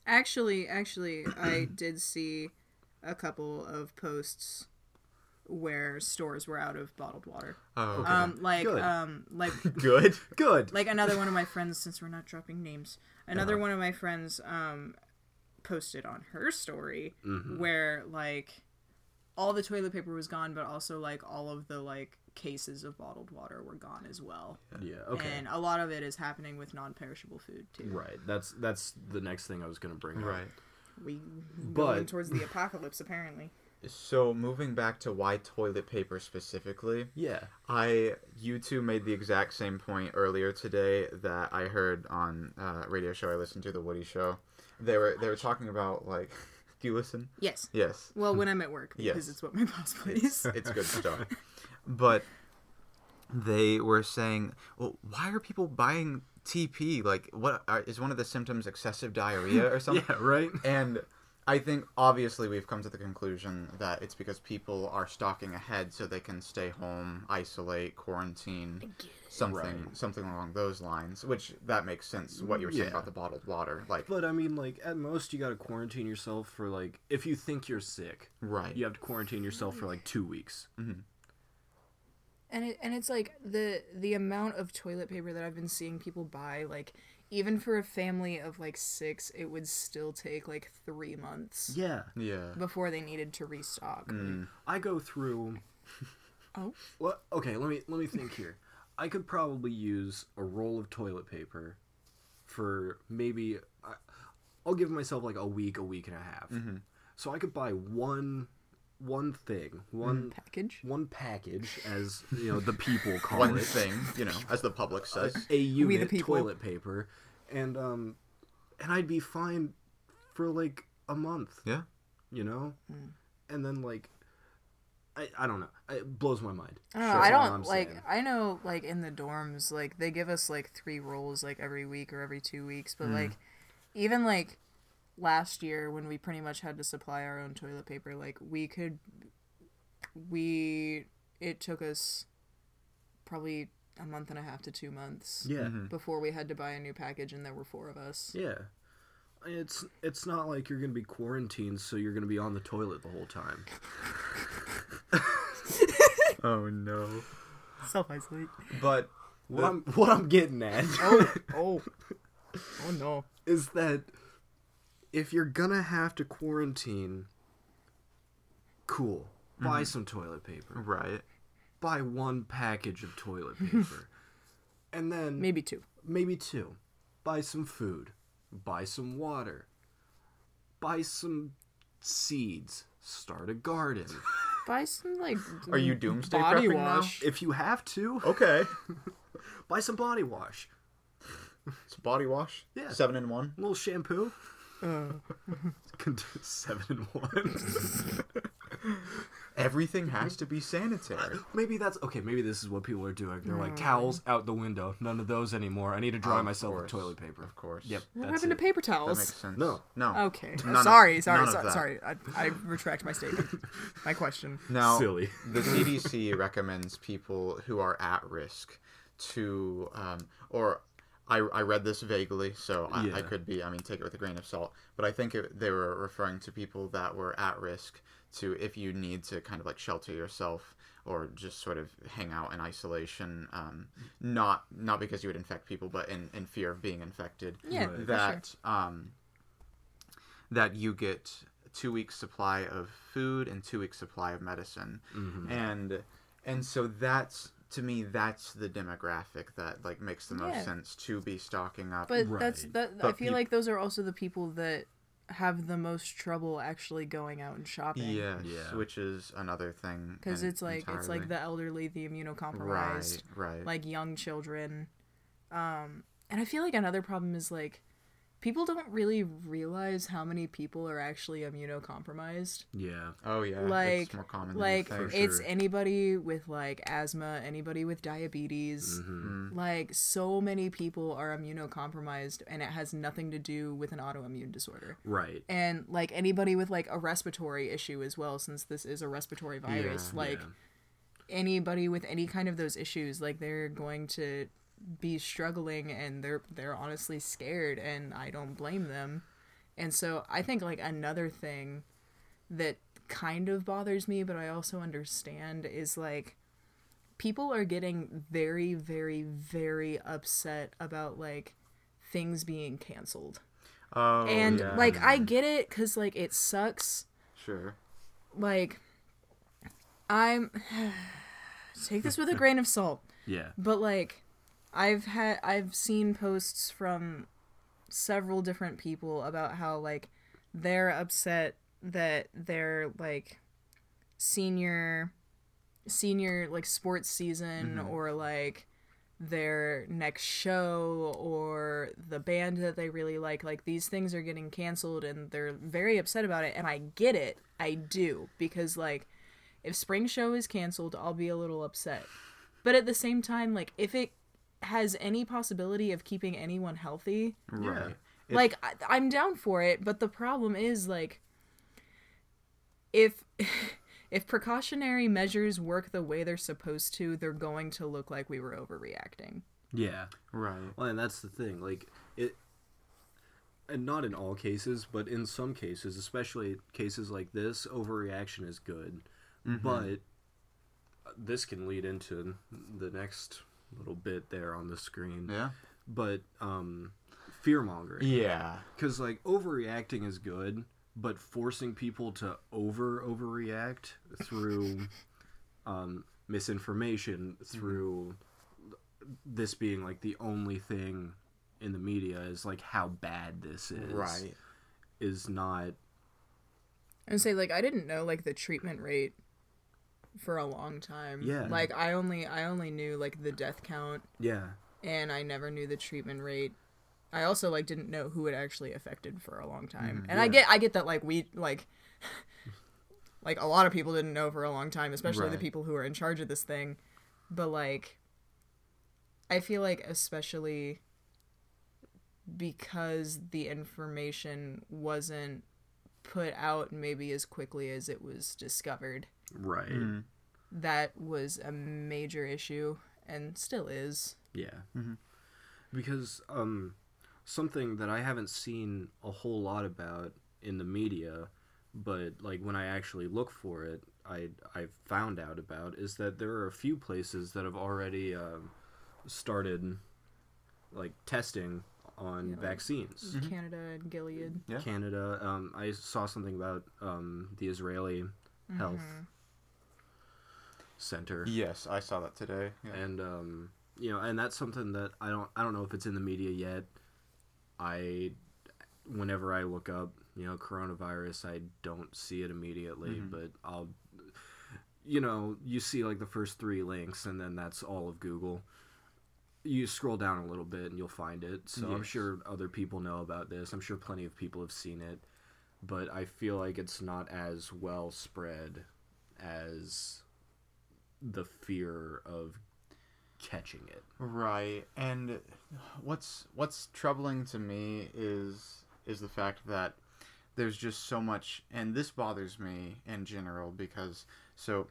[SPEAKER 3] Actually, actually, I did see a couple of posts where stores were out of bottled water.
[SPEAKER 1] oh
[SPEAKER 3] Um, like,
[SPEAKER 2] Good.
[SPEAKER 3] um, like
[SPEAKER 1] good
[SPEAKER 2] Good.
[SPEAKER 3] like another one of my friends since we're not dropping names another one of my friends um posted on her story where like all the toilet paper was gone but also like all of the like cases of bottled water were gone as well
[SPEAKER 2] Yeah, okay.
[SPEAKER 3] and a lot of it is happening with non-perishable food too
[SPEAKER 2] Right. That's that's the next thing I was going to bring up.
[SPEAKER 1] right
[SPEAKER 3] we
[SPEAKER 2] But-
[SPEAKER 3] going towards the apocalypse apparently
[SPEAKER 1] so moving back to why toilet paper specifically
[SPEAKER 2] Yeah.
[SPEAKER 1] I you two made the exact same point earlier today that I heard on uh, radio show I listened to the Woody Show. They were they were talking about like, do you listen?
[SPEAKER 3] yes
[SPEAKER 1] Yes,
[SPEAKER 3] well when i'm at work
[SPEAKER 1] Yes.
[SPEAKER 3] because it's what my boss plays
[SPEAKER 1] it's good stuff. but they were saying, well, why are people buying TP? Like, what are, is one of the symptoms excessive diarrhea or something?
[SPEAKER 2] Yeah, right?
[SPEAKER 1] And I think obviously we've come to the conclusion that it's because people are stocking ahead so they can stay home, isolate, quarantine, something
[SPEAKER 2] Right.
[SPEAKER 1] something along those lines. Which that makes sense. What you were saying
[SPEAKER 2] Yeah.
[SPEAKER 1] about the bottled water, like
[SPEAKER 2] But I mean like at most you got to quarantine yourself for like if you think you're sick,
[SPEAKER 1] right,
[SPEAKER 2] you have to quarantine yourself for like 2 weeks.
[SPEAKER 3] And it, and it's like the the amount of toilet paper that I've been seeing people buy, like even for a family of like six, it would still take like three months
[SPEAKER 2] Yeah.
[SPEAKER 1] yeah,
[SPEAKER 3] before they needed to restock.
[SPEAKER 2] I go through
[SPEAKER 3] Oh,
[SPEAKER 2] Well, okay, let me let me think here. I could probably use a roll of toilet paper for maybe I- I'll give myself like a week, a week and a half.
[SPEAKER 1] Mm-hmm.
[SPEAKER 2] So I could buy one one thing, one
[SPEAKER 3] package.
[SPEAKER 2] one package as, you know, the people call
[SPEAKER 1] one
[SPEAKER 2] it.
[SPEAKER 1] thing, you know, as the
[SPEAKER 2] Uh,
[SPEAKER 1] public says.
[SPEAKER 2] A unit
[SPEAKER 3] people.
[SPEAKER 2] toilet paper and um and I'd be fine for like a month,
[SPEAKER 1] Yeah,
[SPEAKER 2] you know?
[SPEAKER 3] Mm.
[SPEAKER 2] And then like I, I don't know. It blows my mind.
[SPEAKER 3] Oh, I don't
[SPEAKER 2] That's
[SPEAKER 3] know. Uh, I
[SPEAKER 2] all
[SPEAKER 3] don't
[SPEAKER 2] I'm
[SPEAKER 3] like.
[SPEAKER 2] saying.
[SPEAKER 3] I know, like in the dorms, like they give us like three rolls like every week or every two weeks. But like, even like last year when we pretty much had to supply our own toilet paper, like we could, we it took us probably a month and a half to two months
[SPEAKER 2] Yeah.
[SPEAKER 3] before we had to buy a new package, and there were four of us.
[SPEAKER 2] Yeah. It's it's not like you're gonna be quarantined, so you're gonna be on the toilet the whole time.
[SPEAKER 1] Oh no.
[SPEAKER 3] Self isolate.
[SPEAKER 1] But
[SPEAKER 2] What I'm what I'm getting at
[SPEAKER 3] Oh, oh, oh no.
[SPEAKER 2] is that if you're gonna have to quarantine, cool.
[SPEAKER 3] Mm-hmm.
[SPEAKER 2] Buy some toilet paper.
[SPEAKER 1] right,
[SPEAKER 2] Buy one package of toilet paper. and then
[SPEAKER 3] Maybe two.
[SPEAKER 2] maybe two. Buy some food. Buy some water. Buy some seeds. Start a garden.
[SPEAKER 3] Buy some like.
[SPEAKER 1] Are you doomsday
[SPEAKER 3] body
[SPEAKER 1] prepping now?
[SPEAKER 3] wash?
[SPEAKER 2] if you have to,
[SPEAKER 1] okay.
[SPEAKER 2] buy some body wash.
[SPEAKER 1] It's body wash.
[SPEAKER 2] Yeah.
[SPEAKER 1] seven in one.
[SPEAKER 2] A little shampoo.
[SPEAKER 3] Uh,
[SPEAKER 2] Cond- Seven and one.
[SPEAKER 1] Everything
[SPEAKER 2] Mm-hmm.
[SPEAKER 1] has to be sanitary.
[SPEAKER 2] maybe that's okay. Maybe this is what people are doing. They're like towels out the window. None of those anymore. I need to dry
[SPEAKER 1] Of
[SPEAKER 2] myself
[SPEAKER 1] course,
[SPEAKER 2] with toilet paper.
[SPEAKER 1] Of course.
[SPEAKER 2] Yep.
[SPEAKER 3] what
[SPEAKER 2] that's
[SPEAKER 3] happened
[SPEAKER 2] it.
[SPEAKER 3] to paper
[SPEAKER 1] That
[SPEAKER 3] towels?
[SPEAKER 1] makes sense.
[SPEAKER 2] No.
[SPEAKER 1] No.
[SPEAKER 3] Okay.
[SPEAKER 1] None of-
[SPEAKER 3] sorry, sorry,
[SPEAKER 1] none of
[SPEAKER 3] sorry,
[SPEAKER 1] that.
[SPEAKER 3] sorry. I, I retract my statement. my question.
[SPEAKER 1] Now,
[SPEAKER 2] Silly.
[SPEAKER 1] the CDC recommends people who are at risk to, um, or I, I read this vaguely, so I, I
[SPEAKER 2] Yeah.
[SPEAKER 1] could be, I mean, take it with a grain of salt, but I think it, they were referring to people that were at risk to, if you need to kind of like shelter yourself or just sort of hang out in isolation, um, not not because you would infect people, but in, in fear of being infected
[SPEAKER 3] Yeah, for
[SPEAKER 1] that um, that you get two weeks supply of food and two weeks supply of medicine,
[SPEAKER 3] Mm-hmm.
[SPEAKER 1] and and so that's to me that's the demographic that like makes the most
[SPEAKER 3] Yeah.
[SPEAKER 1] sense to be stocking up.
[SPEAKER 3] But
[SPEAKER 2] Right.
[SPEAKER 3] that's that. I
[SPEAKER 1] But
[SPEAKER 3] feel
[SPEAKER 1] peop-
[SPEAKER 3] like those are also the people that have the most trouble actually going out and shopping.
[SPEAKER 1] yes,
[SPEAKER 2] Yeah.
[SPEAKER 1] which is another thing
[SPEAKER 3] because
[SPEAKER 1] en-
[SPEAKER 3] it's like it's like
[SPEAKER 1] entirely.
[SPEAKER 3] the elderly, the immunocompromised,
[SPEAKER 1] right, right,
[SPEAKER 3] like young children. Um, and I feel like another problem is like people don't really realize how many people are actually immunocompromised.
[SPEAKER 2] Yeah.
[SPEAKER 1] oh yeah,
[SPEAKER 3] like-
[SPEAKER 1] it's more common
[SPEAKER 3] Like
[SPEAKER 1] than you think.
[SPEAKER 2] For
[SPEAKER 3] it's
[SPEAKER 2] sure.
[SPEAKER 3] anybody with like asthma, anybody with diabetes.
[SPEAKER 2] Mm-hmm.
[SPEAKER 3] Like so many people are immunocompromised, and it has nothing to do with an autoimmune disorder.
[SPEAKER 2] Right.
[SPEAKER 3] and like anybody with like a respiratory issue as well since this is a respiratory virus
[SPEAKER 1] Yeah,
[SPEAKER 3] like
[SPEAKER 2] yeah.
[SPEAKER 3] anybody with any kind of those issues like they're going to be struggling and they're they're honestly scared and I don't blame them. And so I think like another thing that kind of bothers me but I also understand is like people are getting very very very upset about like things being canceled
[SPEAKER 1] oh,
[SPEAKER 3] and
[SPEAKER 1] yeah,
[SPEAKER 3] like i get it because like it sucks
[SPEAKER 1] sure,
[SPEAKER 3] like i'm take this with a grain of salt
[SPEAKER 2] Yeah.
[SPEAKER 3] but like i've had i've seen posts from several different people about how like they're upset that their like senior senior like sports season or like their next show or the band that they really like like these things are getting canceled and they're very upset about it and I get it I do because like if spring show is canceled I'll be a little upset but at the same time like if it has any possibility of keeping anyone healthy
[SPEAKER 1] right. It-
[SPEAKER 3] like I, I'm down for it, but the problem is like if if precautionary measures work the way they're supposed to, they're going to look like we were overreacting.
[SPEAKER 2] Yeah.
[SPEAKER 1] right,
[SPEAKER 2] Well, and that's the thing. Like it, and not in all cases, but in some cases, especially cases like this, overreaction is good. But this can lead into the next little bit there on the screen.
[SPEAKER 1] yeah,
[SPEAKER 2] But um, fear mongering
[SPEAKER 1] yeah,
[SPEAKER 2] because like overreacting is good but forcing people to over overreact through um, misinformation through this being like the only thing in the media is like how bad this is
[SPEAKER 1] right.
[SPEAKER 2] is not
[SPEAKER 3] And say like I didn't know like the treatment rate for a long time.
[SPEAKER 2] Yeah.
[SPEAKER 3] Like I only I only knew like the death count
[SPEAKER 2] yeah
[SPEAKER 3] and I never knew the treatment rate. I also like didn't know who it actually affected for a long time. and I get I get that like we like like a lot of people didn't know for a long time, especially the
[SPEAKER 1] Right.
[SPEAKER 3] people who are in charge of this thing. But like I feel like especially because the information wasn't put out maybe as quickly as it was discovered.
[SPEAKER 2] right
[SPEAKER 1] Mm.
[SPEAKER 3] That was a major issue and still is.
[SPEAKER 2] Yeah. Because um, something that I haven't seen a whole lot about in the media, but like when I actually look for it, I I found out about is that there are a few places that have already um, started like testing on
[SPEAKER 3] Yeah, Mm-hmm. like-
[SPEAKER 2] vaccines.
[SPEAKER 3] Canada and Gilead.
[SPEAKER 1] Yeah.
[SPEAKER 2] Canada. Um, I saw something about um, the Israeli
[SPEAKER 3] Mm-hmm.
[SPEAKER 2] health center,
[SPEAKER 1] Yes, I saw that today. Yeah.
[SPEAKER 2] and um, you know, and that's something that I don't. I don't know if it's in the media yet. I, whenever I look up, you know, coronavirus, I don't see it immediately, but I'll. You know, you see like the first three links, and then that's all of Google. You scroll down a little bit, and you'll find it. So I'm
[SPEAKER 1] Yes.
[SPEAKER 2] sure other people know about this. I'm sure plenty of people have seen it but I feel like it's not as well spread as the fear of catching it.
[SPEAKER 1] Right, and what's what's troubling to me is is the fact that there's just so much, and this bothers me in general because so.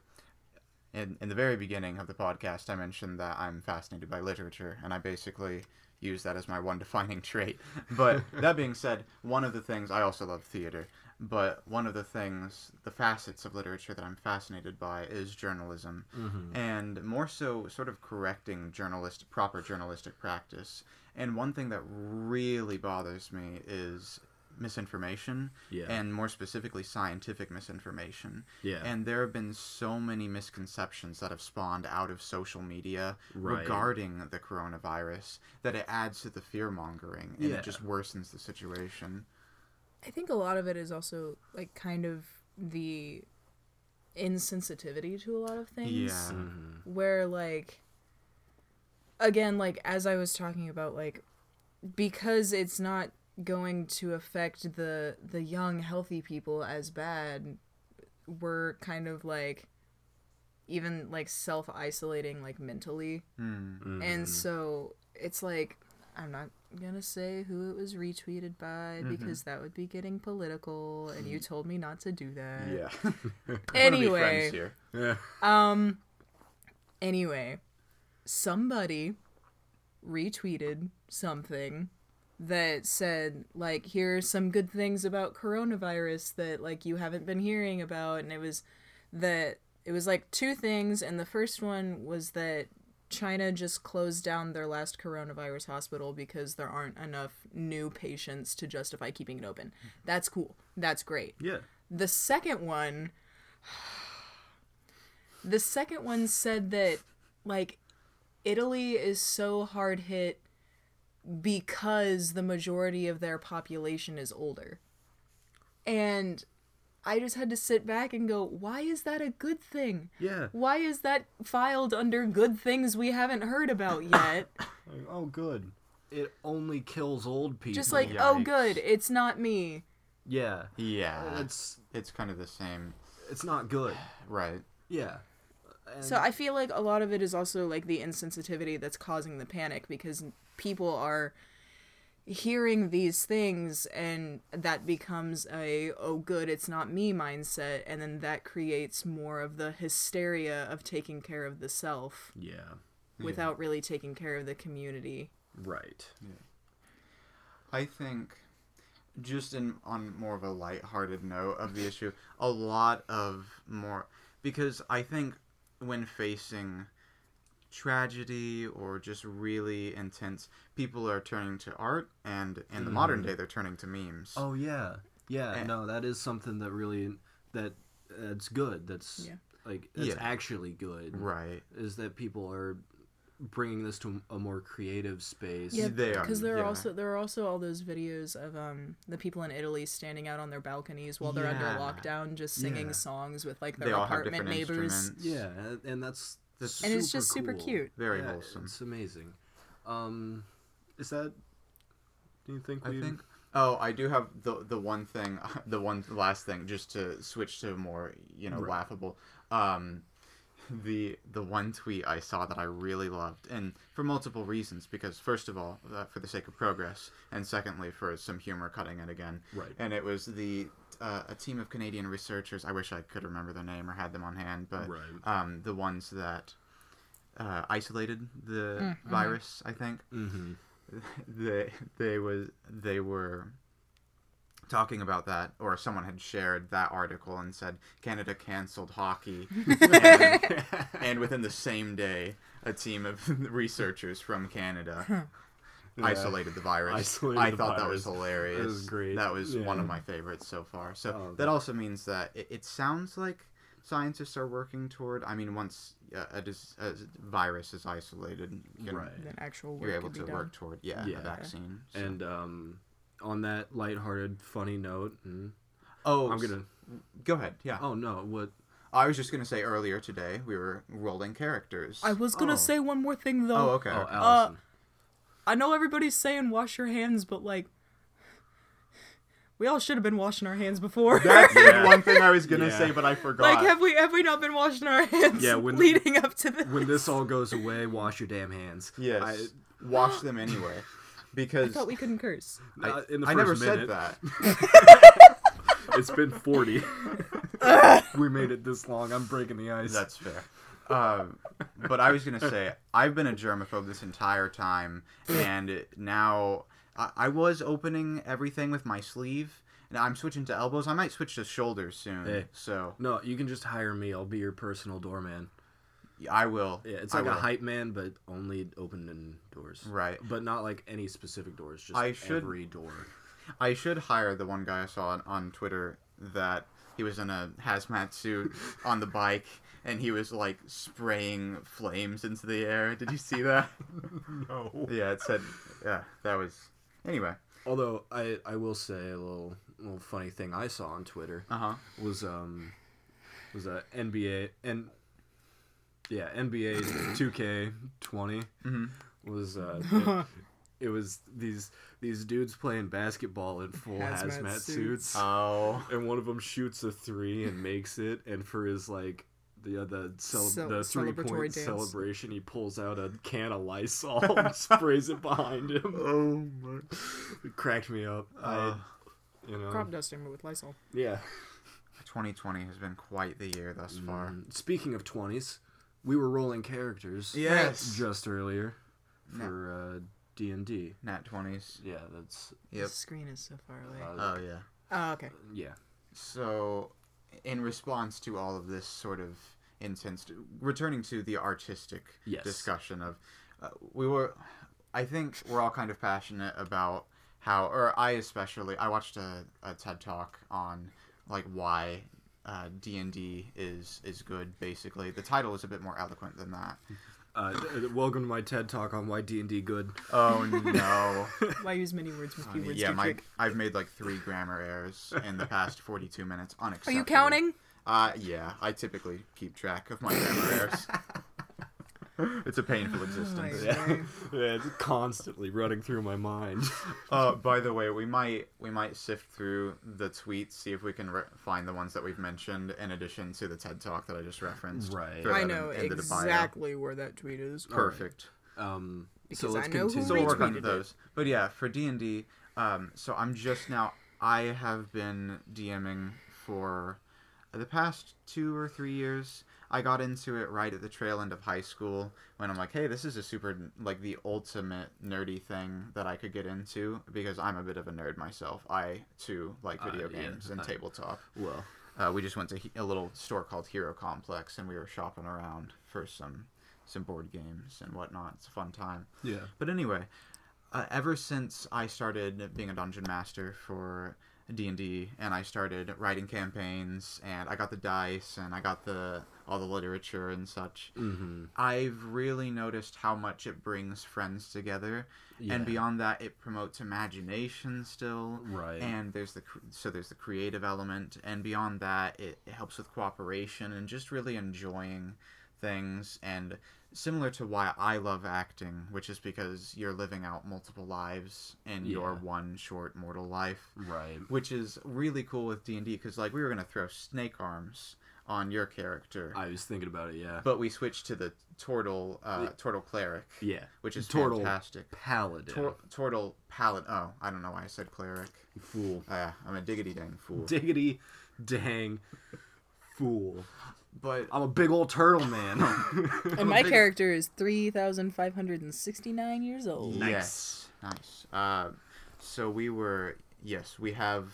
[SPEAKER 1] In, in the very beginning of the podcast, I mentioned that I'm fascinated by literature, and I basically use that as my one defining trait. But that being said, one of the things I also love theater, but one of the things, the facets of literature that I'm fascinated by is journalism
[SPEAKER 2] Mm-hmm.
[SPEAKER 1] and more so sort of correcting journalist proper journalistic practice. And one thing that really bothers me is misinformation
[SPEAKER 2] Yeah.
[SPEAKER 1] and more specifically scientific misinformation.
[SPEAKER 2] Yeah.
[SPEAKER 1] And there have been so many misconceptions that have spawned out of social media
[SPEAKER 2] Right.
[SPEAKER 1] regarding the coronavirus that it adds to the fear mongering and
[SPEAKER 2] Yeah.
[SPEAKER 1] it just worsens the situation.
[SPEAKER 3] I think a lot of it is also like kind of the insensitivity to a lot of things.
[SPEAKER 1] Yeah.
[SPEAKER 2] Mm-hmm.
[SPEAKER 3] Where like again, like as I was talking about, like because it's not going to affect the the young healthy people as bad, we're kind of like even like self isolating like mentally.
[SPEAKER 2] Hmm. Mm-hmm.
[SPEAKER 3] And so it's like I'm not gonna say who it was retweeted by because that would be getting political and you told me not to do that.
[SPEAKER 1] Yeah.
[SPEAKER 3] Anyway,
[SPEAKER 1] here.
[SPEAKER 2] Yeah.
[SPEAKER 3] um anyway, somebody retweeted something that said like here's some good things about coronavirus that like you haven't been hearing about and it was that it was like two things and the first one was that China just closed down their last coronavirus hospital because there aren't enough new patients to justify keeping it open. That's cool. That's great.
[SPEAKER 2] Yeah.
[SPEAKER 3] The second one The second one said that like Italy is so hard hit because the majority of their population is older. And I just had to sit back and go, why is that a good thing?
[SPEAKER 2] Yeah.
[SPEAKER 3] Why is that filed under good things we haven't heard about yet?
[SPEAKER 2] Like, oh, good. It only kills old people.
[SPEAKER 3] Just like, oh, good, it's not me.
[SPEAKER 2] yeah.
[SPEAKER 1] Yeah. It's
[SPEAKER 2] It's
[SPEAKER 1] it's kind of the same.
[SPEAKER 2] it's not good.
[SPEAKER 1] Right.
[SPEAKER 2] Yeah.
[SPEAKER 3] So I feel like a lot of it is also like the insensitivity that's causing the panic because people are hearing these things and that becomes a oh good it's not me mindset and then that creates more of the hysteria of taking care of the self
[SPEAKER 2] Yeah.
[SPEAKER 3] without really taking care of the community.
[SPEAKER 2] Right.
[SPEAKER 1] I think just in on more of a lighthearted note of the issue, a lot of more because I think when facing tragedy or just really intense people are turning to art and in the modern day they're turning to memes.
[SPEAKER 2] Mm-hmm. Oh yeah. Yeah.
[SPEAKER 1] Eh.
[SPEAKER 2] No, that is something that really that that's good. That's
[SPEAKER 3] Yeah.
[SPEAKER 2] like that's
[SPEAKER 1] Yeah.
[SPEAKER 2] actually good.
[SPEAKER 1] Right.
[SPEAKER 2] Is that people are bringing this to a more creative space.
[SPEAKER 1] Yeah. They are,
[SPEAKER 3] because there are
[SPEAKER 1] yeah.
[SPEAKER 3] also there are also all those videos of um the people in Italy standing out on their balconies while they're
[SPEAKER 1] Yeah.
[SPEAKER 3] under lockdown, just singing
[SPEAKER 2] Yeah.
[SPEAKER 3] songs with like
[SPEAKER 1] They
[SPEAKER 3] their
[SPEAKER 1] all have
[SPEAKER 3] apartment
[SPEAKER 1] different
[SPEAKER 3] neighbors.
[SPEAKER 1] instruments.
[SPEAKER 2] Yeah, and, and that's
[SPEAKER 1] That's-
[SPEAKER 3] And it's just super cute.
[SPEAKER 1] Very
[SPEAKER 2] Yeah,
[SPEAKER 1] wholesome.
[SPEAKER 2] It's amazing. Um, is that? Do you think?
[SPEAKER 1] I
[SPEAKER 2] we
[SPEAKER 1] think. Oh, I do have the the one thing, the one last thing, just to switch to more, you know,
[SPEAKER 2] Right.
[SPEAKER 1] laughable. Um, the the one tweet I saw that I really loved, and for multiple reasons, because first of all, uh, for the sake of progress, and secondly, for some humor cutting it again.
[SPEAKER 2] Right.
[SPEAKER 1] And it was the uh, a team of Canadian researchers. I wish I could remember their name or had them on hand, but
[SPEAKER 2] Right.
[SPEAKER 1] um, the ones that uh, isolated the virus, I think
[SPEAKER 2] Mm-hmm.
[SPEAKER 1] they they was they were talking about that, or someone had shared that article and said Canada canceled hockey, and, and within the same day, a team of researchers from Canada isolated the virus.
[SPEAKER 2] Isolated
[SPEAKER 1] I
[SPEAKER 2] the
[SPEAKER 1] thought that was
[SPEAKER 2] virus.
[SPEAKER 1] hilarious.
[SPEAKER 2] That was great.
[SPEAKER 1] That was
[SPEAKER 2] Yeah.
[SPEAKER 1] one of my favorites so far. So
[SPEAKER 2] Oh,
[SPEAKER 1] that
[SPEAKER 2] that-
[SPEAKER 1] also means that it, it sounds like scientists are working toward. I mean, once uh, a, dis- a virus is isolated, you can,
[SPEAKER 2] Right.
[SPEAKER 4] Then actual work
[SPEAKER 1] you're able
[SPEAKER 4] could be
[SPEAKER 1] to
[SPEAKER 4] done.
[SPEAKER 1] work toward yeah,
[SPEAKER 2] Yeah.
[SPEAKER 1] a vaccine. So-
[SPEAKER 2] And um, on that lighthearted, funny note, mm,
[SPEAKER 1] oh,
[SPEAKER 2] I'm gonna.
[SPEAKER 1] go ahead. Yeah,
[SPEAKER 2] Oh no, what?
[SPEAKER 1] I was just gonna say earlier today we were rolling characters.
[SPEAKER 4] I was gonna
[SPEAKER 2] Oh.
[SPEAKER 4] say one more thing though.
[SPEAKER 1] Oh, okay.
[SPEAKER 3] Uh,
[SPEAKER 2] Oh,
[SPEAKER 1] okay.
[SPEAKER 2] Allison.
[SPEAKER 4] I know everybody's saying wash your hands, but like, we all should have been washing our hands before.
[SPEAKER 1] That's
[SPEAKER 2] Yeah.
[SPEAKER 1] the one thing I was gonna
[SPEAKER 2] Yeah.
[SPEAKER 1] say, but I forgot.
[SPEAKER 4] like, have we have we not been washing our hands?
[SPEAKER 2] Yeah, when-
[SPEAKER 4] leading up to this.
[SPEAKER 2] when this all goes away, wash your damn hands.
[SPEAKER 1] yes,
[SPEAKER 2] I,
[SPEAKER 1] wash them anyway, because
[SPEAKER 4] I thought we couldn't curse.
[SPEAKER 2] uh, in the
[SPEAKER 1] I
[SPEAKER 2] first
[SPEAKER 1] never
[SPEAKER 2] minute,
[SPEAKER 1] said that.
[SPEAKER 2] It's been 40. we made it this long. I'm breaking the ice.
[SPEAKER 1] That's fair. Um, but I was gonna say I've been a germaphobe this entire time, and now I, I was opening everything with my sleeve. and I'm switching to elbows. I might switch to shoulders soon.
[SPEAKER 2] Hey.
[SPEAKER 1] So
[SPEAKER 2] no, you can just hire me. I'll be your personal doorman.
[SPEAKER 1] I will.
[SPEAKER 2] Yeah, it's
[SPEAKER 1] I
[SPEAKER 2] like a
[SPEAKER 1] will.
[SPEAKER 2] hype man, but only opening doors.
[SPEAKER 1] Right.
[SPEAKER 2] But not like any specific doors. Just
[SPEAKER 1] I should-
[SPEAKER 2] every door.
[SPEAKER 1] I should hire the one guy I saw on, on Twitter that he was in a hazmat suit on the bike and he was like spraying flames into the air. Did you see that?
[SPEAKER 2] No.
[SPEAKER 1] yeah, it said, yeah, that was. Anyway,
[SPEAKER 2] Although I, I will say a little little funny thing I saw on Twitter
[SPEAKER 1] uh huh.
[SPEAKER 2] was um was a NBA and yeah NBA 2K20
[SPEAKER 1] Mm-hmm.
[SPEAKER 2] was uh it, it was these these dudes playing basketball in full hazmat,
[SPEAKER 4] Hazmat
[SPEAKER 2] suits.
[SPEAKER 4] suits.
[SPEAKER 1] Oh.
[SPEAKER 2] and one of them shoots a three and makes it and for his like the uh, the, cel-
[SPEAKER 4] Cel-
[SPEAKER 2] the three point
[SPEAKER 4] celebratory dance.
[SPEAKER 2] celebration he pulls out a can of Lysol and sprays it behind him
[SPEAKER 1] Oh my.
[SPEAKER 2] it cracked me up I, you
[SPEAKER 1] Um,
[SPEAKER 2] know
[SPEAKER 4] Crop dusting, but with Lysol.
[SPEAKER 2] yeah
[SPEAKER 1] 2020 has been quite the year thus far.
[SPEAKER 2] Mm, speaking of 20s we were rolling
[SPEAKER 1] Mm.
[SPEAKER 2] characters
[SPEAKER 1] Yes.
[SPEAKER 2] just earlier
[SPEAKER 1] No.
[SPEAKER 2] for uh, D&D
[SPEAKER 1] Nat 20s.
[SPEAKER 2] yeah that's
[SPEAKER 1] Yep.
[SPEAKER 4] The screen is so far away.
[SPEAKER 2] uh,
[SPEAKER 1] Oh, yeah.
[SPEAKER 4] oh, okay.
[SPEAKER 2] yeah
[SPEAKER 1] So, in response to all of this sort of intense, returning to the artistic
[SPEAKER 2] Yes.
[SPEAKER 1] discussion of, uh, we were, I think we're all kind of passionate about how, or I especially, I watched a, a TED talk on like why uh, D and D is is good. Basically, the title is a bit more eloquent than that.
[SPEAKER 2] uh, th- welcome to my TED talk on why D&D good
[SPEAKER 1] Oh no.
[SPEAKER 4] Why use many words with few words?
[SPEAKER 1] yeah,
[SPEAKER 4] too
[SPEAKER 1] my
[SPEAKER 4] quick?
[SPEAKER 1] I've made like three grammar errors in the past 42 minutes.
[SPEAKER 4] Are
[SPEAKER 1] Unacceptable.
[SPEAKER 4] you counting?
[SPEAKER 1] Uh, yeah. I typically keep track of my grammar errors. it's a painful
[SPEAKER 4] Oh,
[SPEAKER 1] existence.
[SPEAKER 2] yeah, it's constantly running through my mind
[SPEAKER 1] Uh, by the way, we might we might sift through the tweets, see if we can re- find the ones that we've mentioned in addition to the TED talk that I just referenced.
[SPEAKER 2] Right.
[SPEAKER 1] Throw
[SPEAKER 4] I
[SPEAKER 1] that
[SPEAKER 4] know
[SPEAKER 1] in- into the bio.
[SPEAKER 4] exactly where that tweet is.
[SPEAKER 1] Perfect.
[SPEAKER 2] Um, so
[SPEAKER 4] Because
[SPEAKER 2] let's
[SPEAKER 4] I know who
[SPEAKER 2] continue.
[SPEAKER 1] so we'll work on
[SPEAKER 4] retweeted it.
[SPEAKER 1] those. But yeah, for D and D, um, so I'm just now. I have been DMing for the past two or three years. I got into it right at the trail end of high school when I'm like, hey, this is a super like the ultimate nerdy thing that I could get into because I'm a bit of a nerd myself. I too like video
[SPEAKER 2] yeah,
[SPEAKER 1] games and
[SPEAKER 2] I-
[SPEAKER 1] tabletop.
[SPEAKER 2] Well,
[SPEAKER 1] Uh, we just went to he- a little store called Hero Complex and we were shopping around for some some board games and whatnot. It's a fun time.
[SPEAKER 2] yeah.
[SPEAKER 1] But anyway, uh, ever since I started being a dungeon master for D and D, and I started writing campaigns, and I got the dice, and I got the all the literature and such,
[SPEAKER 2] Mm-hmm.
[SPEAKER 1] I've really noticed how much it brings friends together,
[SPEAKER 2] Yeah.
[SPEAKER 1] and beyond that, it promotes imagination still.
[SPEAKER 2] Right.
[SPEAKER 1] And there's the cr- so there's the creative element, and beyond that, it, it helps with cooperation and just really enjoying things. And similar to why I love acting, which is because you're living out multiple lives in your
[SPEAKER 2] Yeah.
[SPEAKER 1] one short mortal life,
[SPEAKER 2] right.
[SPEAKER 1] which is really cool with D and D because like we were gonna throw snake arms on your character,
[SPEAKER 2] I was thinking about it. Yeah.
[SPEAKER 1] but we switched to the turtle uh, turtle cleric,
[SPEAKER 2] yeah.
[SPEAKER 1] which is
[SPEAKER 2] Turtle
[SPEAKER 1] fantastic.
[SPEAKER 2] Paladin.
[SPEAKER 1] Tor- turtle palette. Oh, I don't know why I said cleric.
[SPEAKER 2] You fool.
[SPEAKER 1] Uh, I'm a diggity dang fool.
[SPEAKER 2] Diggity, dang, fool.
[SPEAKER 1] But
[SPEAKER 2] I'm a big old turtle man.
[SPEAKER 4] And my character is 3,569
[SPEAKER 1] Oh,
[SPEAKER 4] years old.
[SPEAKER 1] yes, nice. Uh, so we were yes, we have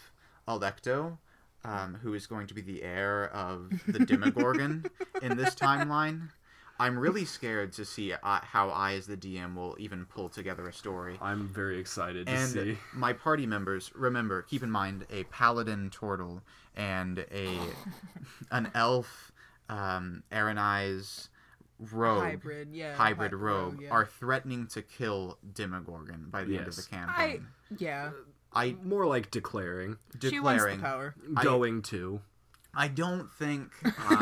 [SPEAKER 1] Alecto, um, who is going to be the heir of the Demogorgon in this timeline. I'm really scared to see uh, how I, as the DM, will even pull together a story.
[SPEAKER 2] I'm very excited to
[SPEAKER 1] And
[SPEAKER 2] see.
[SPEAKER 1] my party members, remember, keep in mind a paladin turtle and a an elf, um, Aranize rogue,
[SPEAKER 3] Hybrid, yeah.
[SPEAKER 1] hybrid
[SPEAKER 3] hy-
[SPEAKER 1] rogue,
[SPEAKER 3] yeah.
[SPEAKER 1] are threatening to kill Demogorgon by the end of the
[SPEAKER 2] Yes.
[SPEAKER 1] campaign.
[SPEAKER 3] yeah.
[SPEAKER 1] I,
[SPEAKER 2] More like declaring,
[SPEAKER 3] She wants the
[SPEAKER 1] declaring.
[SPEAKER 3] power.
[SPEAKER 1] I-
[SPEAKER 2] going to.
[SPEAKER 1] I don't think. uh,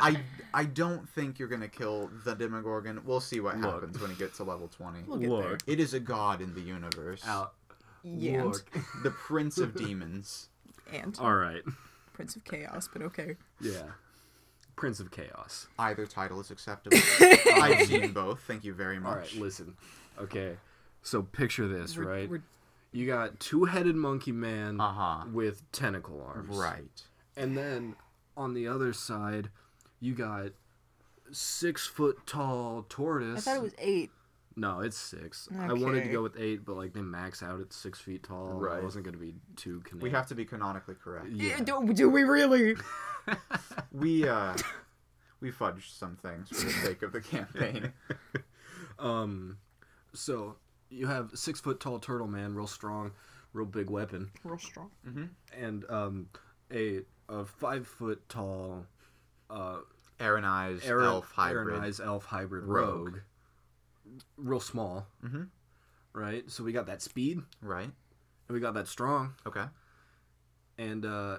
[SPEAKER 1] I I don't think you're gonna kill the Demogorgon. We'll see what
[SPEAKER 2] Look.
[SPEAKER 1] happens when it gets to level twenty.
[SPEAKER 3] We'll get there.
[SPEAKER 2] Look.
[SPEAKER 1] It is a god in the universe,
[SPEAKER 2] Out.
[SPEAKER 3] Yeah.
[SPEAKER 2] Look.
[SPEAKER 1] the prince of demons.
[SPEAKER 3] And
[SPEAKER 2] All right.
[SPEAKER 3] Prince of Chaos, but okay.
[SPEAKER 2] Yeah. Prince of Chaos.
[SPEAKER 1] Either title is acceptable. I've seen both. Thank you very
[SPEAKER 2] All right,
[SPEAKER 1] much.
[SPEAKER 2] listen. Okay. So picture this,
[SPEAKER 3] We're-
[SPEAKER 2] right?
[SPEAKER 3] we're-
[SPEAKER 2] You got two-headed monkey man
[SPEAKER 1] Uh-huh.
[SPEAKER 2] with tentacle arms.
[SPEAKER 1] right.
[SPEAKER 2] And then on the other side, you got six-foot-tall
[SPEAKER 3] I
[SPEAKER 2] tortoise.
[SPEAKER 3] thought it was eight.
[SPEAKER 2] No, it's six. I wanted to
[SPEAKER 3] Okay.
[SPEAKER 2] go with eight, but like they max out at six feet tall. and
[SPEAKER 1] Right.
[SPEAKER 2] I wasn't gonna be too connected.
[SPEAKER 1] We have to be canonically correct.
[SPEAKER 2] Yeah.
[SPEAKER 3] Do, do we really?
[SPEAKER 1] We uh, we fudged some things for the sake of the campaign.
[SPEAKER 2] Um, so you have six foot tall turtle man, real strong, real big weapon,
[SPEAKER 3] Real strong.
[SPEAKER 2] and um, a a five foot tall uh
[SPEAKER 1] Aranized
[SPEAKER 2] Aaron,
[SPEAKER 1] elf hybrid.
[SPEAKER 2] Aaronized elf hybrid
[SPEAKER 1] Rogue.
[SPEAKER 2] rogue. real small,
[SPEAKER 1] Mhm.
[SPEAKER 2] right? So we got that speed,
[SPEAKER 1] Right.
[SPEAKER 2] and we got that strong,
[SPEAKER 1] Okay.
[SPEAKER 2] and uh,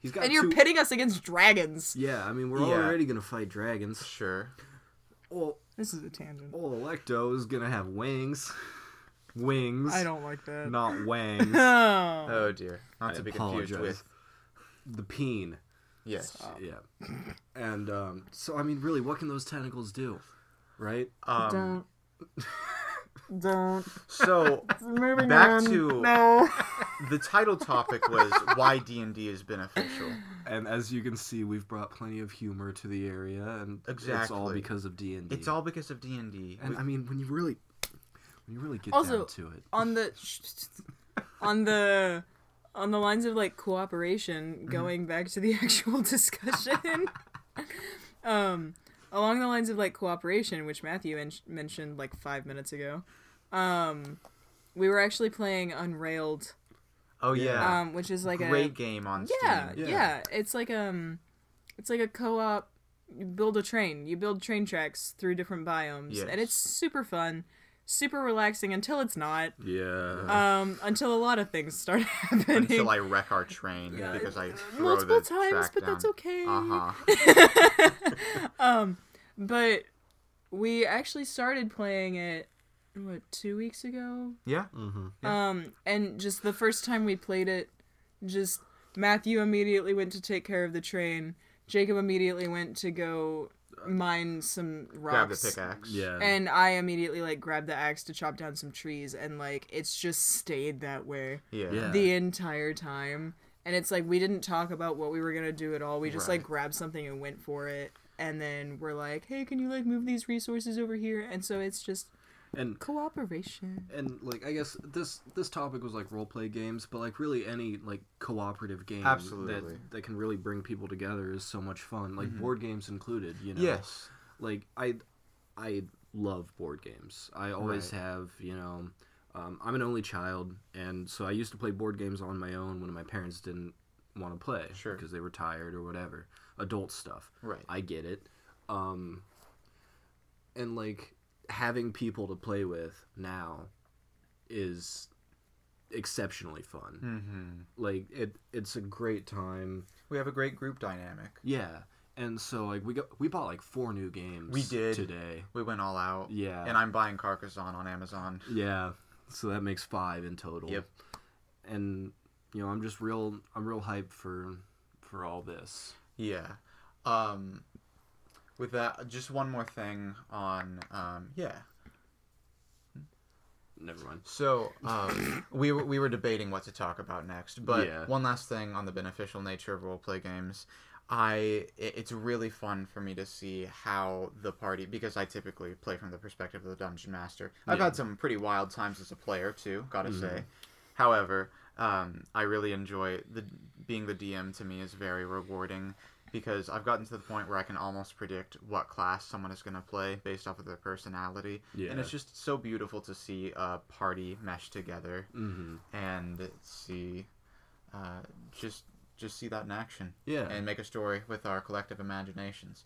[SPEAKER 2] he's got.
[SPEAKER 3] And you're
[SPEAKER 2] two-
[SPEAKER 3] pitting us against dragons.
[SPEAKER 2] Yeah, I mean we're
[SPEAKER 1] Yeah.
[SPEAKER 2] already gonna fight dragons.
[SPEAKER 1] Sure.
[SPEAKER 2] Well,
[SPEAKER 3] This is a tangent.
[SPEAKER 2] old Electo is gonna have wings, wings,
[SPEAKER 3] I don't like that.
[SPEAKER 2] not wangs.
[SPEAKER 3] Oh.
[SPEAKER 1] Oh dear. Not
[SPEAKER 2] I
[SPEAKER 1] to be confused
[SPEAKER 2] apologize.
[SPEAKER 1] with.
[SPEAKER 2] the peen.
[SPEAKER 1] Yes.
[SPEAKER 2] Yeah. And um, so, I mean, really, what can those tentacles do? Right?
[SPEAKER 1] Um,
[SPEAKER 3] Don't.
[SPEAKER 1] so
[SPEAKER 3] Moving
[SPEAKER 1] back
[SPEAKER 3] on.
[SPEAKER 1] to
[SPEAKER 3] No.
[SPEAKER 1] the title topic was why d&d is beneficial
[SPEAKER 2] And as you can see, we've brought plenty of humor to the area, and it's all
[SPEAKER 1] Exactly.
[SPEAKER 2] because of D and D.
[SPEAKER 1] it's all because of d&d
[SPEAKER 2] And I mean, when you really, when you really get
[SPEAKER 3] Also-
[SPEAKER 2] down to it,
[SPEAKER 3] on the on the on the lines of like
[SPEAKER 1] Mm-hmm.
[SPEAKER 3] cooperation going back to the actual discussion um along the lines of like cooperation which matthew men- mentioned like five minutes ago um we were actually playing unrailed
[SPEAKER 1] oh yeah
[SPEAKER 3] um which is like
[SPEAKER 1] great game on
[SPEAKER 3] a yeah,
[SPEAKER 1] steam
[SPEAKER 3] yeah
[SPEAKER 2] yeah.
[SPEAKER 3] it's like um it's like a co-op you build a train you build train tracks through different biomes
[SPEAKER 1] Yes.
[SPEAKER 3] and it's super fun super relaxing until it's not
[SPEAKER 2] yeah,
[SPEAKER 3] um, until a lot of things start happening.
[SPEAKER 1] until i wreck our train because i throw
[SPEAKER 3] multiple
[SPEAKER 1] the
[SPEAKER 3] times,
[SPEAKER 1] track
[SPEAKER 3] but
[SPEAKER 1] down.
[SPEAKER 3] that's okay.
[SPEAKER 1] uh-huh
[SPEAKER 3] But we actually started playing it what two weeks ago,
[SPEAKER 1] yeah
[SPEAKER 2] Mm.
[SPEAKER 3] um, and just the first time we played it, just Matthew immediately went to take care of the train. Jacob immediately went to go mine some
[SPEAKER 1] grab the
[SPEAKER 3] rocks.
[SPEAKER 1] pickaxe
[SPEAKER 2] yeah.
[SPEAKER 3] And I immediately like grabbed the axe to chop down some trees, and like it's just stayed that way.
[SPEAKER 1] yeah
[SPEAKER 2] Yeah.
[SPEAKER 3] the entire time. And it's like we didn't talk about what we were gonna do at all. We just like
[SPEAKER 1] Right.
[SPEAKER 3] grabbed something and went for it. And then we're like, hey, can you like move these resources over here? And so it's just
[SPEAKER 2] and
[SPEAKER 3] cooperation.
[SPEAKER 2] and like I guess this this topic was like role play games, but like really any like cooperative game
[SPEAKER 1] Absolutely.
[SPEAKER 2] that that can really bring people together is so much fun. Like board games included, you know.
[SPEAKER 1] yes
[SPEAKER 2] like I I love board games. I always have, you know. Um, I'm an only child, and so I used to play board games on my own when my parents didn't want to play
[SPEAKER 1] Sure.
[SPEAKER 2] because they were tired or whatever. Adult stuff.
[SPEAKER 1] Right.
[SPEAKER 2] I get it. Um, and like having people to play with now is exceptionally fun.
[SPEAKER 1] Hmm.
[SPEAKER 2] Like it, it's a great time.
[SPEAKER 1] Mm-hmm. we have a great group dynamic
[SPEAKER 2] Yeah. And so like we got we bought like four new games.
[SPEAKER 1] We did.
[SPEAKER 2] today.
[SPEAKER 1] we went all out
[SPEAKER 2] Yeah.
[SPEAKER 1] and i'm buying carcassonne on amazon
[SPEAKER 2] Yeah. So that makes five in total.
[SPEAKER 1] Yep.
[SPEAKER 2] And you know, I'm just real I'm real hyped for for all this.
[SPEAKER 1] Yeah. Um, with that, just one more thing on um, yeah.
[SPEAKER 2] Never mind.
[SPEAKER 1] So um, we were, we were debating what to talk about next, but
[SPEAKER 2] Yeah.
[SPEAKER 1] one last thing on the beneficial nature of roleplay games. I it, it's really fun for me to see how the party because I typically play from the perspective of the dungeon master. I've
[SPEAKER 2] Yeah. Mm-hmm.
[SPEAKER 1] had some pretty wild times as a player too, gotta say. However, um, I really enjoy the being the DM. To me, is very rewarding because I've gotten to the point where I can almost predict what class someone is going to play based off of their personality, and
[SPEAKER 2] Yeah.
[SPEAKER 1] it's just so beautiful to see a party mesh together
[SPEAKER 2] Mm-hmm.
[SPEAKER 1] and see uh, just just see that in action
[SPEAKER 2] Yeah.
[SPEAKER 1] and make a story with our collective imaginations.